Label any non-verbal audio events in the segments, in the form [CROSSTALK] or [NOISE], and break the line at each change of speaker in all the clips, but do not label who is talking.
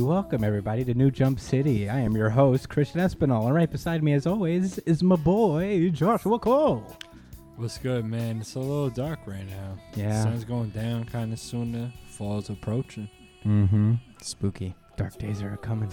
welcome everybody to New Jump City. I am your host Christian Espinal, and right beside me, as always, is my boy Joshua Cole.
What's good, man? It's a little dark right now.
Yeah.
sun's going down kind of soon. The fall's approaching.
Mm-hmm.
Spooky.
Dark days are coming.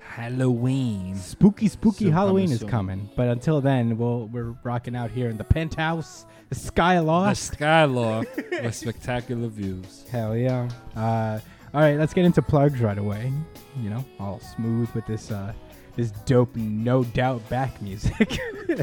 Halloween.
Spooky, spooky
So
Halloween
coming
is
soon.
coming. But until then, we'll, we're rocking out here in the penthouse, the
The
skyloft.
skyloft with spectacular views.
Hell yeah. Uh, all right, let's get into plugs right away. You know, all smooth with this uh, this dope no doubt back music. [LAUGHS]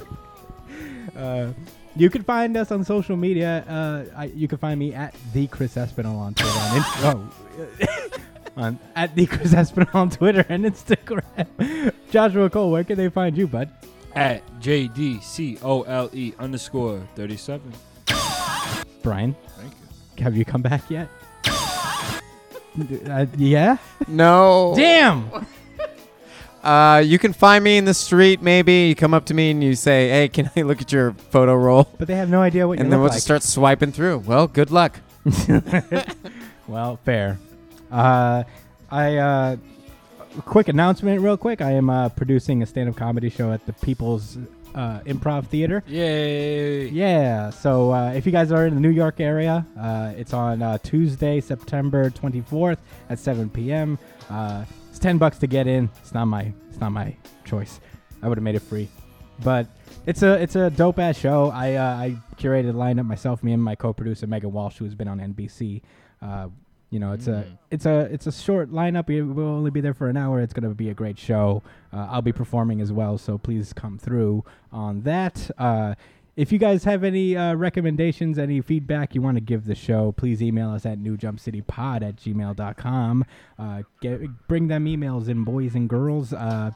uh, you can find us on social media. Uh, I, you can find me at the Chris Espinal on Twitter and Instagram.
[LAUGHS]
oh, [LAUGHS] on, at the Chris Espinal on Twitter and Instagram. [LAUGHS] Joshua Cole, where can they find you, bud?
At JDCOLE E underscore 37.
Brian,
Thank you.
have you come back yet? [LAUGHS] uh, yeah.
No.
Damn.
Uh, you can find me in the street, maybe. You come up to me and you say, hey, can I look at your photo roll?
But they have no idea what you
And then
look
we'll
like.
just start swiping through. Well, good luck.
Well, fair. Uh, I uh, quick announcement, real quick. I am uh, producing a stand-up comedy show at the People's uh, Improv Theater.
Yay.
Yeah. So uh, if you guys are in the New York area, uh, it's on uh, Tuesday, September 24th at 7 p.m. Uh, it's 10 bucks to get in. It's not my. It's not my choice. I would have made it free, but it's a it's a dope ass show. I uh, I curated the lineup myself. Me and my co-producer Megan Walsh, who's been on NBC. Uh, you know, it's a it's a it's a short lineup. We will only be there for an hour. It's gonna be a great show. Uh, I'll be performing as well, so please come through on that. Uh, if you guys have any uh, recommendations, any feedback you want to give the show, please email us at newjumpcitypod at gmail.com. Uh, get, bring them emails in, boys and girls. Uh,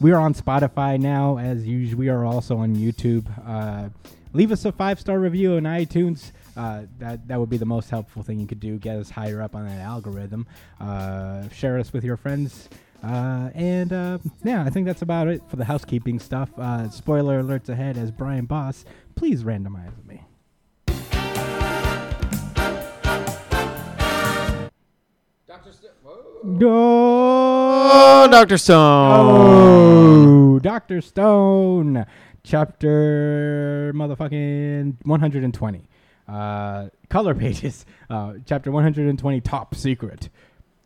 we are on Spotify now, as usual. We are also on YouTube. Uh, leave us a five star review on iTunes. Uh, that that would be the most helpful thing you could do. Get us higher up on that algorithm. Uh, share us with your friends. Uh, and uh, yeah, I think that's about it for the housekeeping stuff. Uh, spoiler alerts ahead as Brian Boss. Please randomize me. Go.
Oh, Dr. Stone.
Oh, Doctor Stone, chapter motherfucking 120. Uh, color pages, uh, chapter 120, top secret.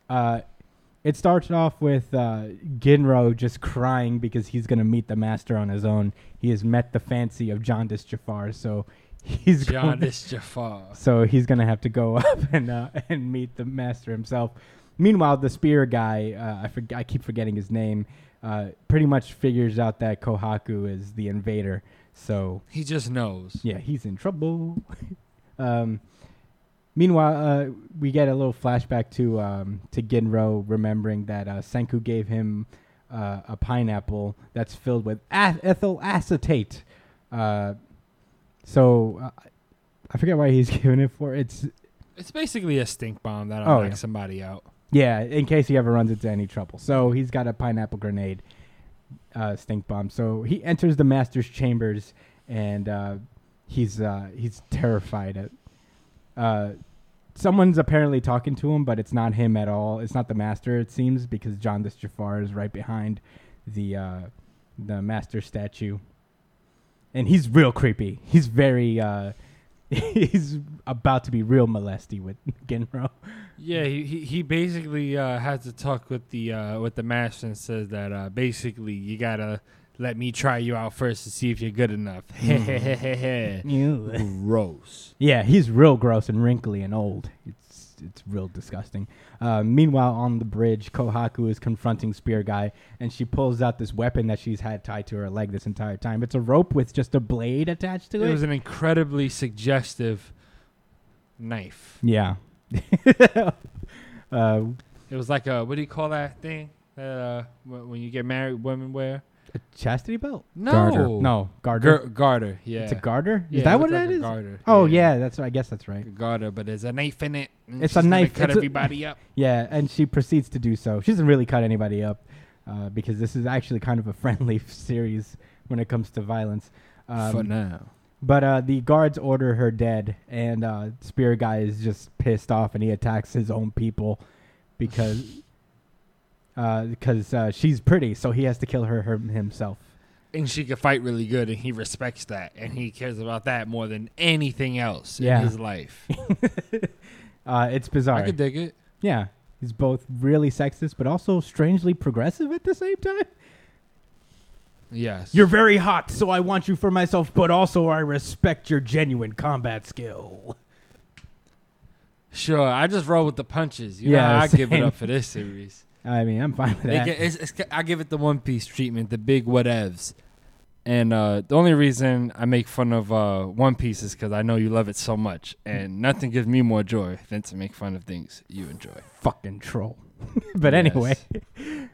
Uh, it starts off with uh, Ginro just crying because he's gonna meet the master on his own. He has met the fancy of Jaundice Jafar, so he's going-
Jaundice Jafar.
so he's gonna have to go [LAUGHS] up and uh, and meet the master himself. Meanwhile, the spear guy, uh, I forg I keep forgetting his name, uh, pretty much figures out that Kohaku is the invader. So
He just knows.
yeah, he's in trouble. [LAUGHS] um, meanwhile, uh, we get a little flashback to um, to Ginro remembering that uh, Senku gave him uh, a pineapple that's filled with a- ethyl acetate. Uh, so uh, I forget why he's [LAUGHS] giving it for. It's
It's basically a stink bomb that'll
Oh,
knock
yeah.
somebody out.
yeah, in case he ever runs into any trouble. So he's got a pineapple grenade, uh, stink bomb. So he enters the master's chambers, and uh, he's uh, he's terrified. At, uh, someone's apparently talking to him, but it's not him at all. It's not the master, it seems, because John Jafar is right behind the uh, the master statue, and he's real creepy. He's very. Uh, [LAUGHS] He's about to be real molesty with [LAUGHS] Genro.
Yeah, he, he, he basically uh, has to talk with the uh, with the master and says that uh, basically you gotta let me try you out first to see if you're good enough.
Hmm.
[LAUGHS] Gross.
Yeah, he's real gross and wrinkly and old. It's it's real disgusting. Uh, meanwhile, on the bridge, Kohaku is confronting Spear Guy, and she pulls out this weapon that she's had tied to her leg this entire time. It's a rope with just a blade attached to
It
it.
was an incredibly suggestive knife.
yeah. [LAUGHS] uh,
It was like a what do you call that thing that uh, wh- when you get married, women wear
a chastity belt?
no
Garter. No, garter.
Gar- garter. Yeah,
It's a garter? Is
Yeah, it
that
looked
what
like
that
a
is?
Garter.
Oh, yeah, that's I guess that's right.
a garter, but there's a knife in it. and
It's a
she's gonna
knife.
Cut
It's a-
everybody up.
Yeah, and she proceeds to do so. She doesn't really cut anybody up uh, because this is actually kind of a [LAUGHS] friendly series when it comes to violence. Um,
For now,
But uh, the guards order her dead, and uh,
[LAUGHS]
Spear Guy is just pissed off and he attacks his own people because because uh, she's pretty, so he has to kill her, her himself.
and she can fight really good, and he respects that, and he cares about that more than anything else
Yeah.
in
[LAUGHS]
his life.
Uh, it's bizarre.
I could dig it.
yeah, he's both really sexist, but also strangely progressive at the same time.
Yes,
You're very hot, so I want you for myself, but also I respect your genuine combat skill.
sure. I just roll with the punches. You
Yeah,
know, I give it
same.
up for this series.
I mean, I'm fine with
They
[LAUGHS] that.
get- it's- it's- I give it the One Piece treatment, the big whatevs. And uh, the only reason I make fun of uh, One Piece is because I know you love it so much, and nothing gives me more joy than to make fun of things you enjoy.
fucking troll. [LAUGHS] but
Yes.
anyway,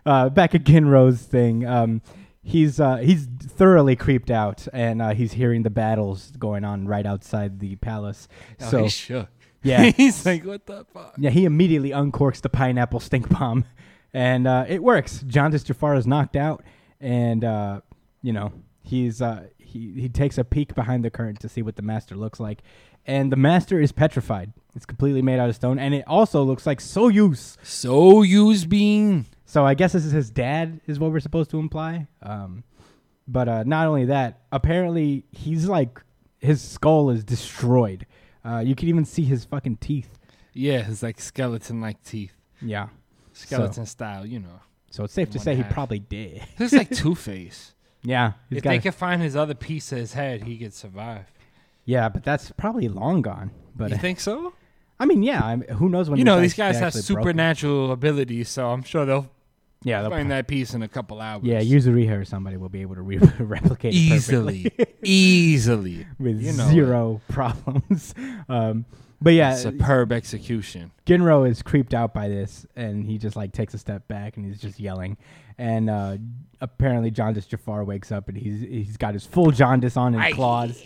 uh, back at Ginro's thing. Um, he's uh, he's thoroughly creeped out, and uh, he's hearing the battles going on right outside the palace.
Oh,
so
he's shook.
yeah,
[LAUGHS] he's like, "What the fuck?"
yeah, he immediately uncorks the pineapple stink bomb, [LAUGHS] and uh, it works. Jaundice Jafar is knocked out, and uh, you know he's uh, he he takes a peek behind the curtain to see what the master looks like, and the master is petrified. It's completely made out of stone, and it also looks like Soyuz.
So use being
So I guess this is his dad, is what we're supposed to imply. Um, but uh, not only that, apparently he's like his skull is destroyed. Uh, you can even see his fucking teeth.
yeah, it's like skeleton like teeth,
Yeah.
skeleton style. You
[LAUGHS]
know,
So it's safe to
One
say he
half.
probably did. [LAUGHS]
it's like Two Face.
Yeah, he's
If
got.
they could find his other piece of his head, he could survive.
yeah, but that's probably long gone. But [LAUGHS]
you think so?
I mean, yeah. I mean, who knows when
You know, these
these
guys have
actually broke him.
supernatural abilities, so I'm sure they'll
Yeah, they'll
find
pro-
that piece in a couple hours.
yeah. Yuzuriha or somebody will be able to [LAUGHS] re- replicate it perfectly.
easily, easily
[LAUGHS] with
You know it.
zero [LAUGHS] problems. Um, but yeah,
Superb execution.
Ginro is creeped out by this, and he just like takes a step back and he's just yelling. And uh, apparently, Jaundice Jafar wakes up and he's he's got his full jaundice on and
[LAUGHS]
claws,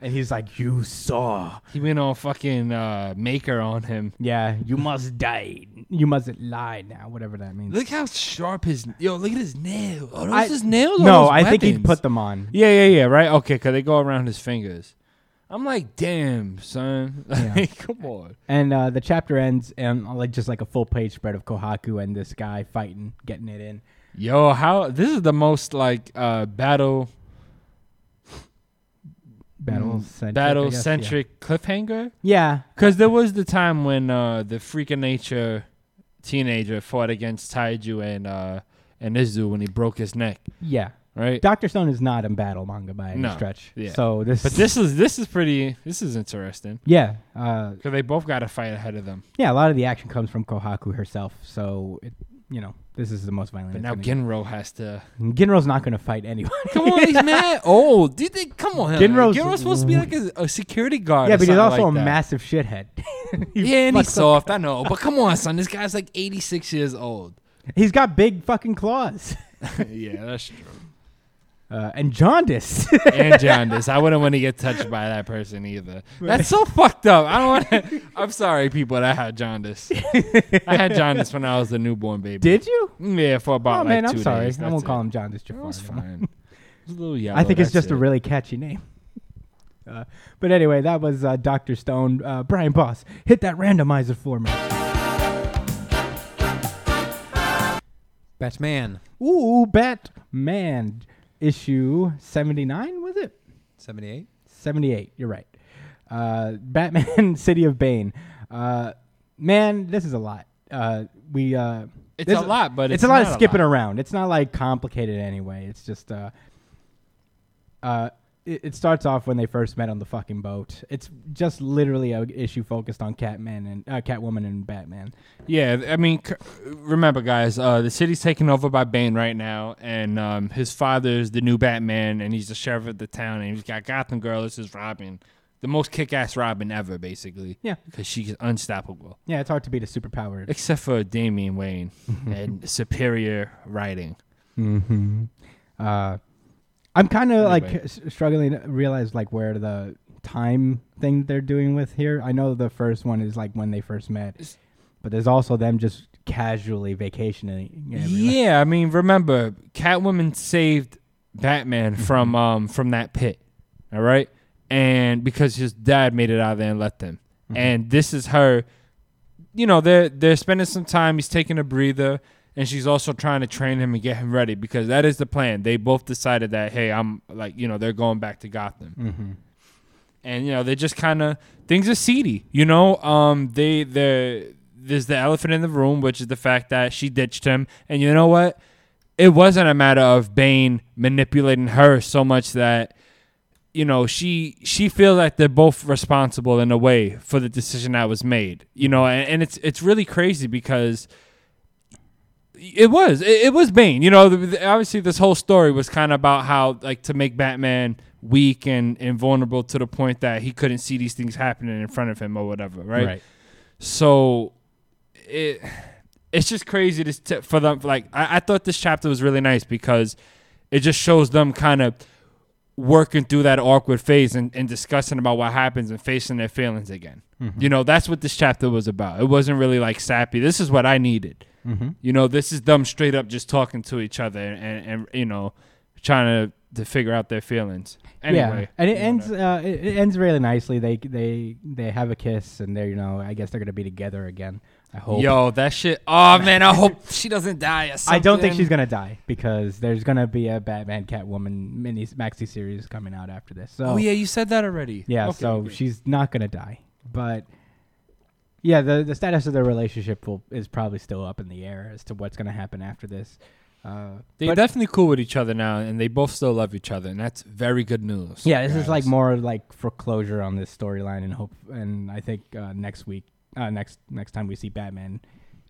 and he's like, "You saw,
He went on fucking uh, maker on him.
yeah, you must die, you mustn't lie now, whatever that means."
Look how sharp his yo. Look at his nail. Oh, those
I-
his nails. or
no,
those
I think he
weapons?
put them on.
Yeah, yeah, yeah. Right. Okay, because they go around his fingers. I'm like, damn, son. [LAUGHS]
Yeah.
Like, come on.
And uh, the chapter ends, and uh, like just like a full page spread of Kohaku and this guy fighting, getting it in.
Yo, how this is the most like uh battle
Battle centric.
Mm. battle centric cliffhanger.
Yeah.
Because there was the time when uh the freak of nature teenager fought against Taiju and uh and Izu when he broke his neck,
yeah,
right?
Doctor Stone is not a battle manga by any
No,
stretch.
yeah.
So this,
But this is this is pretty. This is interesting
[LAUGHS] Yeah, uh,
because they both got a fight ahead of them.
yeah. A lot of the action comes from Kohaku herself, so it, you know this is the most violent.
But
it's
now
gonna
Ginro has to.
get. Ginro's not going to fight anyone.
Come on, he's mad old. Do you think? Come on,
Ginro's-
Ginro's, Ginro's supposed to be like a, a security guard.
yeah,
or
but he's
something
also
like
a
that.
massive shithead. [LAUGHS] He
Yeah, and he's
fucks up-
soft. I know, but come on, son. This guy's like 86
[LAUGHS]
years old.
He's got big fucking claws [LAUGHS]
yeah, that's true.
uh, and jaundice. [LAUGHS]
And jaundice. I wouldn't want to get touched by that person either. That's so fucked up. I don't want to. [LAUGHS] I'm sorry, people that had jaundice. I had jaundice when I was a newborn baby.
Did you?
Yeah, for
Oh
about like
man, I'm
two
sorry.
days.
I
That's
won't call
it.
him Jaundice
It
Jafar.
was
anymore.
fine. It was a little
I think it's
yellow,
just
that's
a
it.
really catchy name. Uh, but anyway, that was uh, Doctor Stone. Uh, Brian Boss, hit that randomizer for me.
Batman
Ooh, Batman issue 79, was it?
78.
78, you're right. Uh, [LAUGHS] Batman City of Bane. Uh, man, this is a lot. Uh, we uh,
It's
this-
a lot, but
it's,
it's
a lot of
not a
skipping
lot.
around. It's not like complicated anyway. It's just uh, uh, it, it starts off when they first met on the fucking boat. It's just literally a issue focused on Catman and uh, Catwoman and Batman.
Yeah, th- I mean, c- remember, guys, uh, the city's taken over by Bane right now, and um, his father's the new Batman, and he's the sheriff of the town, and he's got Gotham Girl. This is Robin, the most kick-ass Robin ever, basically.
Yeah.
because she's unstoppable,
Yeah, it's hard to beat a superpowered.
except for Damian Wayne and superior writing.
hmm Uh, I'm kind of like
Anyway.
s- struggling to realize like where the time thing they're doing with here. I know the first one is like when they first met,
It's-
but there's also them just casually vacationing. everywhere.
Yeah, I mean, remember, Catwoman saved Batman from um from that pit. All right, and because his dad made it out of there and left him, and this is her. You know, they're they're spending some time. He's taking a breather. and she's also trying to train him and get him ready because that is the plan. They both decided that hey, I'm like you know they're going back to Gotham, and you know they just kind of things are seedy. You know, um, they they there's the elephant in the room, which is the fact that she ditched him, and you know what? It wasn't a matter of Bane manipulating her so much that you know she she feels like they're both responsible in a way for the decision that was made you know and, and it's it's really crazy because it was it, it was bane you know the, the- obviously this whole story was kind of about how like to make batman weak and and vulnerable to the point that he couldn't see these things happening in front of him or whatever right, so it it's just crazy to t- for them like I, I thought this chapter was really nice because it just shows them kind of working through that awkward phase and, and discussing about what happens and facing their feelings again
Mm-hmm.
you know that's what this chapter was about it wasn't really like sappy this is what i needed you know this is them straight up just talking to each other and, and you know trying to to figure out their feelings anyway
yeah, and it
you
ends.
know.
Uh, it, it ends really nicely. They they they have a kiss, and they're you know I guess they're gonna be together again. I hope.
yo that shit oh man i hope she doesn't die or something.
I don't think she's gonna die because there's gonna be a Batman Catwoman mini maxi series coming out after this. So
Oh yeah, you said that already.
Yeah,
Okay,
so
okay.
she's not gonna die. But yeah, the the status of their relationship will, is probably still up in the air as to what's gonna happen after this. Uh,
they're
but-
definitely cool with each other now, and they both still love each other, and that's very good news.
yeah, this is
guys.
like more like foreclosure on this storyline, and hope. And I think uh, next week, uh, next next time we see Batman,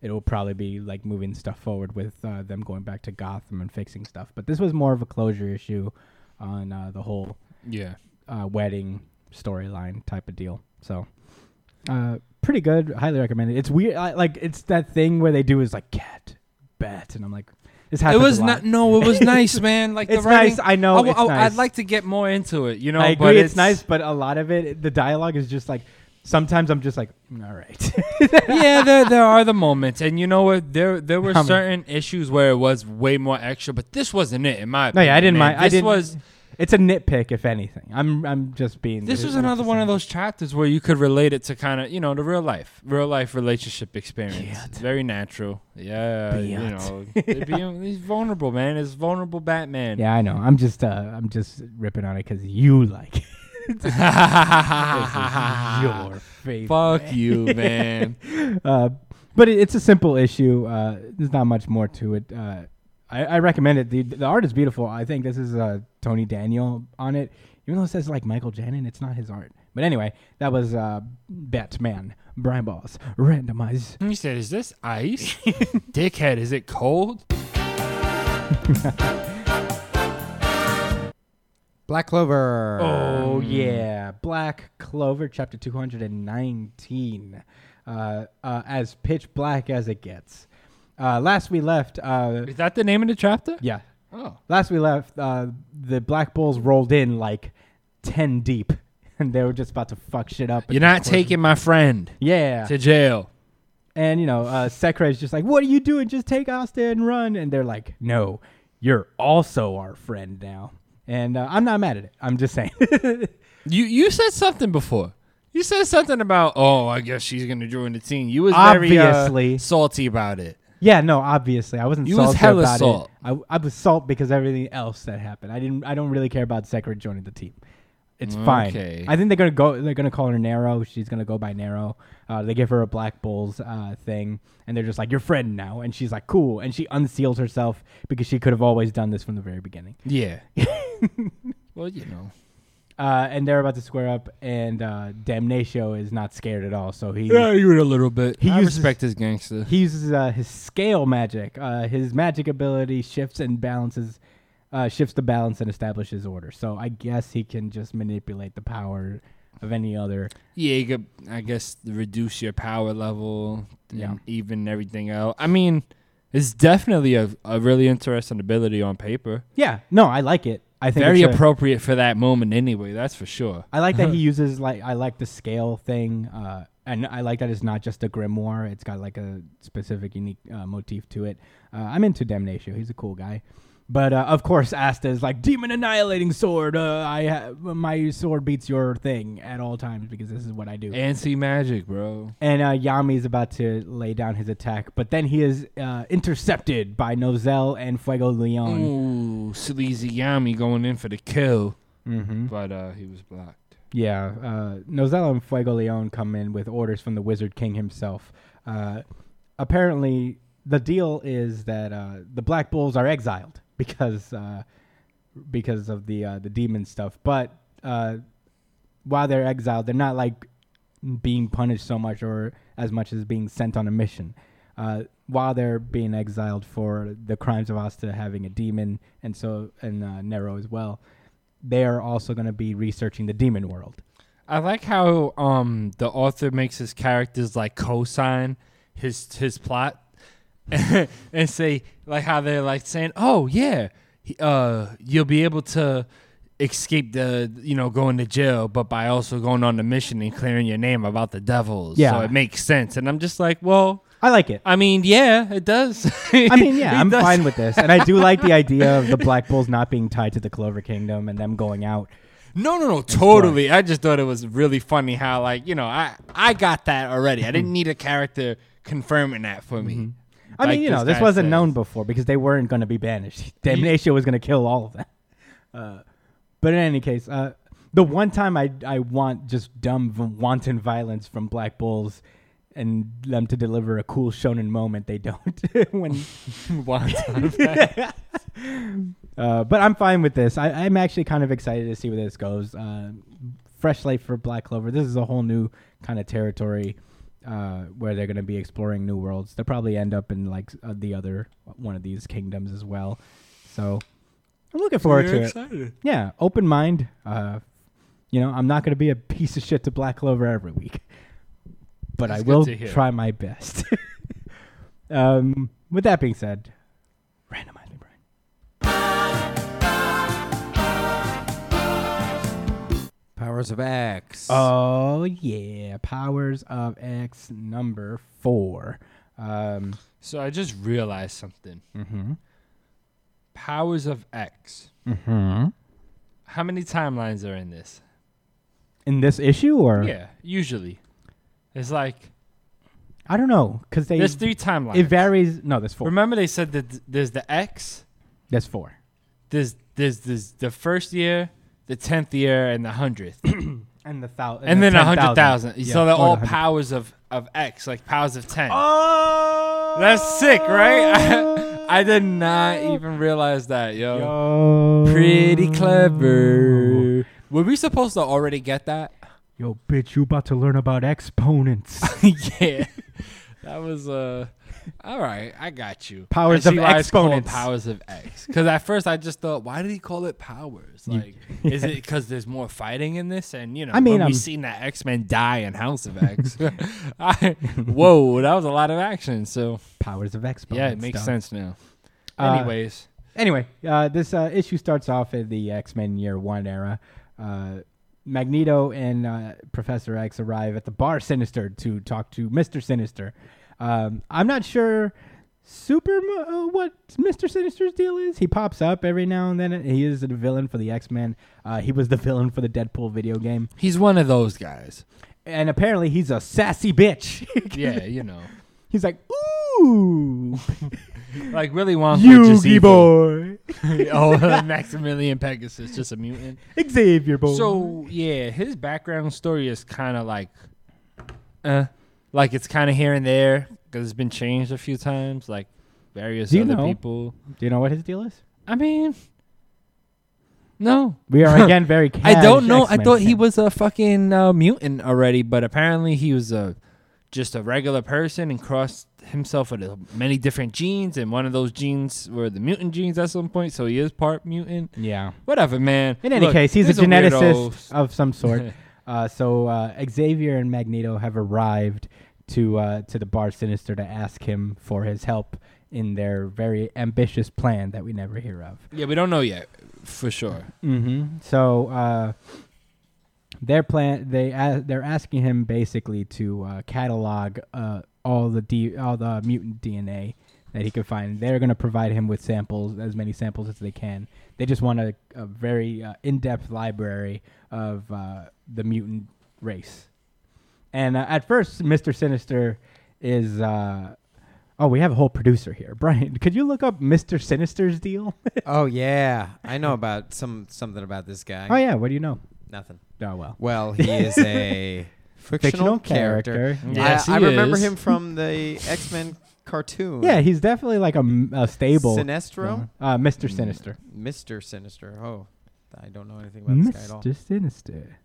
it will probably be like moving stuff forward with uh, them going back to Gotham and fixing stuff. But this was more of a closure issue on uh, the whole
yeah.
uh, wedding storyline type of deal. So, uh, pretty good. Highly recommend it. It's weird. I, like it's that thing where they do is like cat, bat, and I'm like, this
It
happens.
was
a lot.
not. No,
[LAUGHS]
it was nice, man. Like
It's
the writing.
nice. I know.
I,
it's
I,
nice.
would like to get more into it. You know,
I
But
agree. It's, nice, but a lot of it, the dialogue is just like. Sometimes I'm just like, "Mm, all right. [LAUGHS]
[LAUGHS] yeah, there there are the moments, and you know what? There there were
How many?
certain issues where it was way more extra, but this wasn't it in my.
no,
Opinion,
yeah, I didn't
man.
mind. I
This
didn't.
was
it's a nitpick, if anything. I'm I'm just being.
This was
I'm
another
just
one of
saying.
those chapters where you could relate it to kind of, you know, the real life, real life relationship experience.
Biot.
It's very natural. Yeah, you
Biot.
know, it being- [LAUGHS] he's vulnerable, man. It's vulnerable Batman. [LAUGHS]
Yeah, I know. I'm just uh, I'm just ripping on it because you
[LAUGHS]
like it. This is [LAUGHS] your favorite.
Fuck you, man.
Uh, but it, it's a simple issue. Uh, there's not much more to it. Uh, I, I recommend it. The, the art is beautiful. I think this is uh, Tony Daniel on it. Even though it says like Michael Janin, it's not his art. But anyway, that was uh, Batman, Brian Balls, randomized. [LAUGHS]
he said, "Is this ice, dickhead? Is it cold?"
Black Clover.
Um,
Oh yeah, Black Clover chapter 219. Uh, uh, as pitch black as it gets. Uh, last we left. Uh,
Is that the name of the chapter?
yeah,
Oh,
last we left, uh, the Black Bulls rolled in like ten deep, [LAUGHS] and they were just about to fuck shit up.
you're not taking my friend
Yeah,
to jail.
and you know, uh, Sekre's just like, "What are you doing? Just take Asta and run." And they're like, "No, you're also our friend now." And uh, I'm not mad at it. I'm just saying. [LAUGHS]
You you said something before. You said something about oh I guess she's gonna join the team. You was very
Obviously.
uh, salty about it.
yeah, no, obviously, I wasn't.
You was
salty
hella
about
salt.
It. I, I was salt because everything else that happened. I didn't. I don't really care about Sekre joining the team. It's
Mm, Okay.
fine. I think they're gonna go. They're gonna call her Nero. She's gonna go by Nero. Uh, they give her a Black Bulls uh, thing, and they're just like your friend now. And she's like, cool. And she unseals herself because she could have always done this from the very beginning.
Yeah. well, you know.
Uh, and they're about to square up, and uh, Damnatio is not scared at all. So he
you were a little bit.
He
I
uses-
respect this gangster.
He uses uh, his scale magic. Uh, his magic ability shifts and balances, uh, shifts the balance and establishes order. So I guess he can just manipulate the power of any other.
Yeah, you could, I guess, reduce your power level. And
Yeah.
Even everything out. I mean, it's definitely a, a really interesting ability on paper.
Yeah, no, I like it. I think
Very
it's a-
appropriate for that moment, anyway. That's for sure.
I like that he uses like I like the scale thing, uh, and I like that it's not just a grimoire. It's got like a specific unique uh, motif to it. Uh, I'm into Damnatio. He's a cool guy. But uh, of course, Asta is like demon annihilating sword. Uh, I ha- my sword beats your thing at all times because this is what I do.
Anti magic, bro.
And uh, Yami is about to lay down his attack, but then he is uh, intercepted by Nozel and Fuego
Mm.
Leon.
Ooh, sleazy Yami going in for the kill,
Mm-hmm.
but uh, he was blocked.
Yeah, uh, Nozel and Fuego Leon come in with orders from the Wizard King himself. Uh, apparently, the deal is that uh, the Black Bulls are exiled [LAUGHS] because uh, because of the uh, the demon stuff. But uh, while they're exiled, they're not like being punished so much or as much as being sent on a mission. Uh, while they're being exiled for the crimes of Asta having a demon and so and uh, Nero as well, they are also going to be researching the demon world.
I like how um the author makes his characters like co-sign his his plot [LAUGHS] and say like how they're like saying, "Oh yeah, he- uh you'll be able to escape the you know going to jail, but by also going on the mission and clearing your name about the devils."
Yeah.
so it makes sense. And I'm just like, well,
I like it.
I mean, yeah, it does.
I mean,
[LAUGHS]
yeah, I'm
does.
fine with this, and I
[LAUGHS]
do like the idea of the Black Bulls not being tied to the Clover Kingdom and them going out.
No, no, no, totally. I just thought it was really funny how, like, you know, I I got that already. I didn't need a character confirming that for me.
Hmm. Mm-hmm. I
Like
mean, you know, this
guy
wasn't
says. [LAUGHS]
known before because they weren't going to be banished. Damnatio was going to kill all of them. Uh, but in any case, uh, the one time I I want just dumb v- wanton violence from Black Bulls and them to deliver a cool shonen moment, they don't. [LAUGHS] when
Why not?
[LAUGHS] Uh, but I'm fine with this. I, I'm actually kind of excited to see where this goes. Uh, fresh slate for Black Clover. This is a whole new kind of territory uh, where they're going to be exploring new worlds. They'll probably end up in like uh, the other one of these kingdoms as well. So I'm looking forward to it. Yeah, open mind. Uh, you know, I'm not going to be a piece of shit to Black Clover every week, but
That's
I
good
will
to hear.
try my best. [LAUGHS] um, with that being said, randomize me, Brian.
Powers of X.
Oh yeah, Powers of X number four. Um,
So I just realized something.
mm-hmm.
Powers of X.
Mm-hmm.
How many timelines are in this?
In this issue, or
Yeah, usually. It's like
I don't know, because they
there's three timelines.
it varies. No, there's four.
Remember they said that th- there's the X,
There's four.
there's there's there's the first year, the tenth year, and the hundredth.
And the thousand.
and then a hundred thousand. So they're all
powers.
powers of of X, like powers of ten.
Oh,
That's sick, right? [LAUGHS] I, did not even realize that, yo.
Yo.
Pretty
Oh.
clever. Were we supposed to already get that?
Yo, bitch, you about to learn about exponents.
[LAUGHS] yeah, that was uh. All right, I got you.
Powers
I see
of
why it's called
exponents.
Powers of X. Because at first I just thought, why did he call it powers? Like, is it because there's more fighting in this? And you know,
I mean,
when
um,
we've seen that X Men die in House of X.
[LAUGHS]
[LAUGHS] I, whoa, that was a lot of action. So
[LAUGHS] powers of exponents.
yeah, it makes
dog.
sense now.
Uh,
Anyways.
Anyway, uh, this uh, issue starts off in the X Men Year One era. Uh, Magneto and uh, Professor X arrive at the bar Sinister to talk to Mister Sinister. Um, I'm not sure super uh, what Mister Sinister's deal is. He pops up every now and then. He is the villain for the X Men. Uh, he was the villain for the Deadpool video game,
He's one of those guys.
and apparently he's a sassy bitch. [LAUGHS]
Yeah, you know.
he's like, ooh,
Like Willy Wonka. just
Yugi
evil.
boy,
[LAUGHS]
[LAUGHS]
oh, [LAUGHS] Maximilian Pegasus, just a mutant.
Xavier boy.
So, yeah, his background story is kind of like, uh, like it's kind of here and there because it's been changed a few times, like various
Do you
other
know?
people.
do you know what his deal is?
I mean, no.
We are again very.
[LAUGHS] I don't know.
X-Men
I thought he
fans.
was a fucking uh, mutant already, but apparently he was a just a regular person and crossed himself with uh, many different genes, and one of those genes were the mutant genes at some point. So he is part mutant.
Yeah.
Whatever, man.
In any
Look,
case, he's a
there's weirdo.
geneticist of some sort.
[LAUGHS]
uh, so uh, Xavier and Magneto have arrived to uh, to the bar sinister to ask him for his help in their very ambitious plan that we never hear of.
yeah, we don't know yet for sure.
Mm-hmm. So uh, their plan they a they're asking him basically to uh, catalog uh, all the D all the mutant DNA that he can find. They're going to provide him with samples, as many samples as they can. They just want a, a very uh, in depth library of uh, the mutant race. And uh, at first, Mr. Sinister is. Uh, oh, we have a whole producer here. [LAUGHS] Brian, could you look up Mr. Sinister's deal?
Oh yeah, I know about some something about this guy.
oh, yeah. What do you know?
Nothing.
Oh, well.
Well, he is a
[LAUGHS]
fictional,
Fictional
character.
character.
I-
Yes,
I,
he
remember
is.
him from the
[LAUGHS]
X Men cartoon.
Yeah, he's definitely like a, m- a stable.
Sinestro, Hmm.
Uh, Mr. Sinister.
Mister Sinister. Oh, I don't know anything about this guy at all.
Mr. Sinister.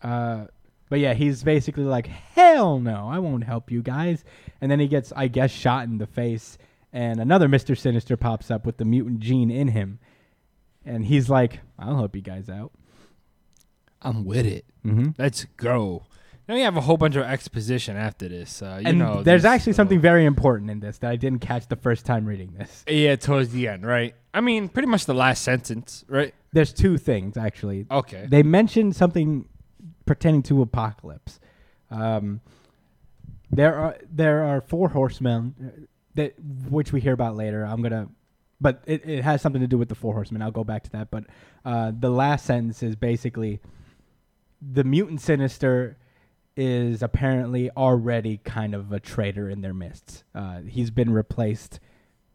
Uh, but yeah, he's basically like, hell no, I won't help you guys. And then he gets, I guess, shot in the face. And another Mr. Sinister pops up with the mutant gene in him. And he's like, I'll help you guys out.
I'm with it.
Mm-hmm.
Let's go. Then we have a whole bunch of exposition after this. Uh, you
And
know,
there's
this,
actually
uh,
something very important in this that I didn't catch the first time reading this.
Yeah, towards the end, right? I mean, pretty much the last sentence, right?
There's two things, actually.
Okay.
They mentioned something pertaining to apocalypse. Um, there are there are four horsemen uh, that which we hear about later. I'm gonna, but it, it has something to do with the four horsemen. I'll go back to that. But uh, the last sentence is basically the mutant sinister is apparently already kind of a traitor in their midst. Uh, he's been replaced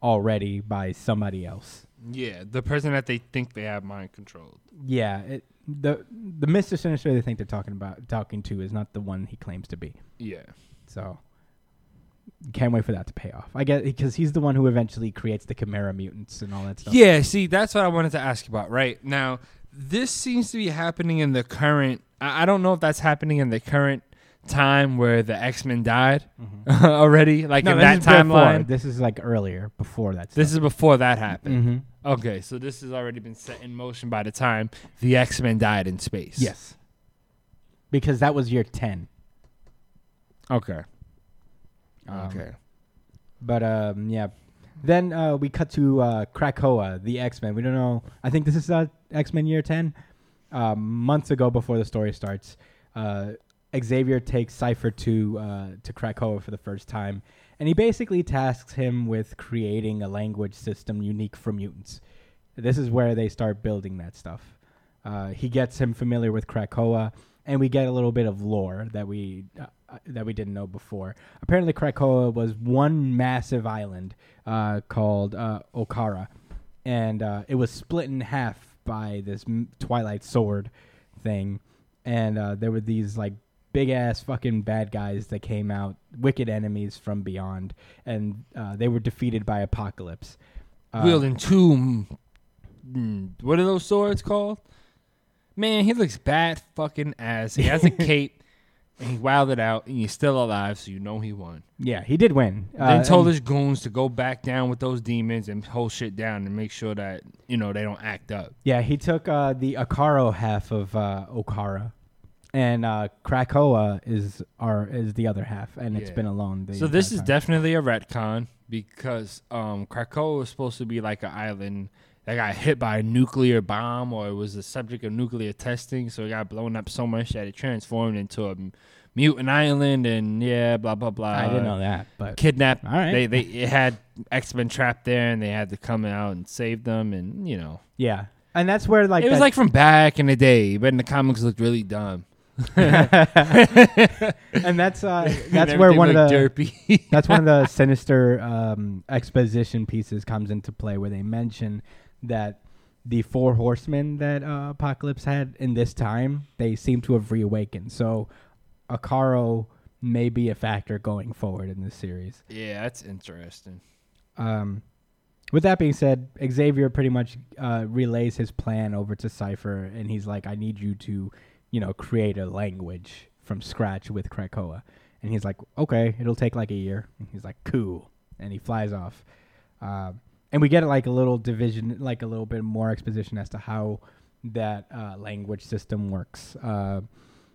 already by somebody else.
Yeah, the person that they think they have mind controlled.
Yeah, it, the the Mister Sinister they think they're talking about talking to is not the one he claims to be.
Yeah.
So can't wait for that to pay off. I guess because he's the one who eventually creates the Chimera mutants and all that stuff.
Yeah, see, that's what I wanted to ask about. Right now, this seems to be happening in the current. I, I don't know if that's happening in the current time where the X Men died [LAUGHS] already, like in that timeline.
This Mm-hmm. is like earlier, before that.
This is before that happened.
mm-hmm.
Okay, so this has already been set in motion by the time the X Men died in space.
yes, because that was year ten.
Okay.
Um,
okay.
But um, yeah. Then uh, we cut to uh, Krakoa, the X Men. We don't know. I think this is uh, X Men Year Ten. Um, months ago, before the story starts, uh, Xavier takes Cipher to uh, to Krakoa for the first time, and he basically tasks him with creating a language system unique for mutants. This is where they start building that stuff. Uh, he gets him familiar with Krakoa, and we get a little bit of lore that we uh, uh, that we didn't know before. Apparently, Krakoa was one massive island uh, called uh, Okara, and uh, it was split in half by this m- Twilight Sword thing. And uh, there were these like big ass fucking bad guys that came out, wicked enemies from beyond, and uh, they were defeated by Apocalypse. Uh,
Wielding two. mm, mm, what are those swords called? Man, he looks bad fucking ass.
[LAUGHS]
He has a cape, and he wilded out, and he's still alive, so you know he won.
yeah, he did win.
then
Uh,
told
and-
his goons to go back down with those demons and hold shit down and make sure that you know they don't act up.
Yeah, he took uh, the Akaro half of uh, Okara, and uh, Krakoa is our is the other half, and it's
Yeah.
been alone. the
So this is
entire time.
definitely a retcon because um, Krakoa was supposed to be like an island that got hit by a nuclear bomb or it was the subject of nuclear testing, so it got blown up so much that it transformed into a m- mutant island and yeah, blah blah blah.
I didn't know that, but
[LAUGHS] Kidnapped.
All right.
They they it had X Men trapped there and they had to come out and save them and you know
yeah, and that's where like
it was
that-
like from back in the day, but in the comics looked really dumb.
[LAUGHS]
[LAUGHS]
and that's uh,
And
that's where
everything
one of the
looked derpy. [LAUGHS]
that's one of the sinister um, exposition pieces comes into play where they mention that the four horsemen that uh, apocalypse had in this time they seem to have reawakened so akaro may be a factor going forward in this series
yeah, that's interesting.
um, with that being said, Xavier pretty much uh, relays his plan over to Cipher, and he's like, "I need you to, you know, create a language from scratch with Krakoa." And he's like, "Okay, it'll take like a year." And he's like, "Cool," and he flies off. Um, and we get like a little division, like a little bit more exposition as to how that uh, language system works. Uh,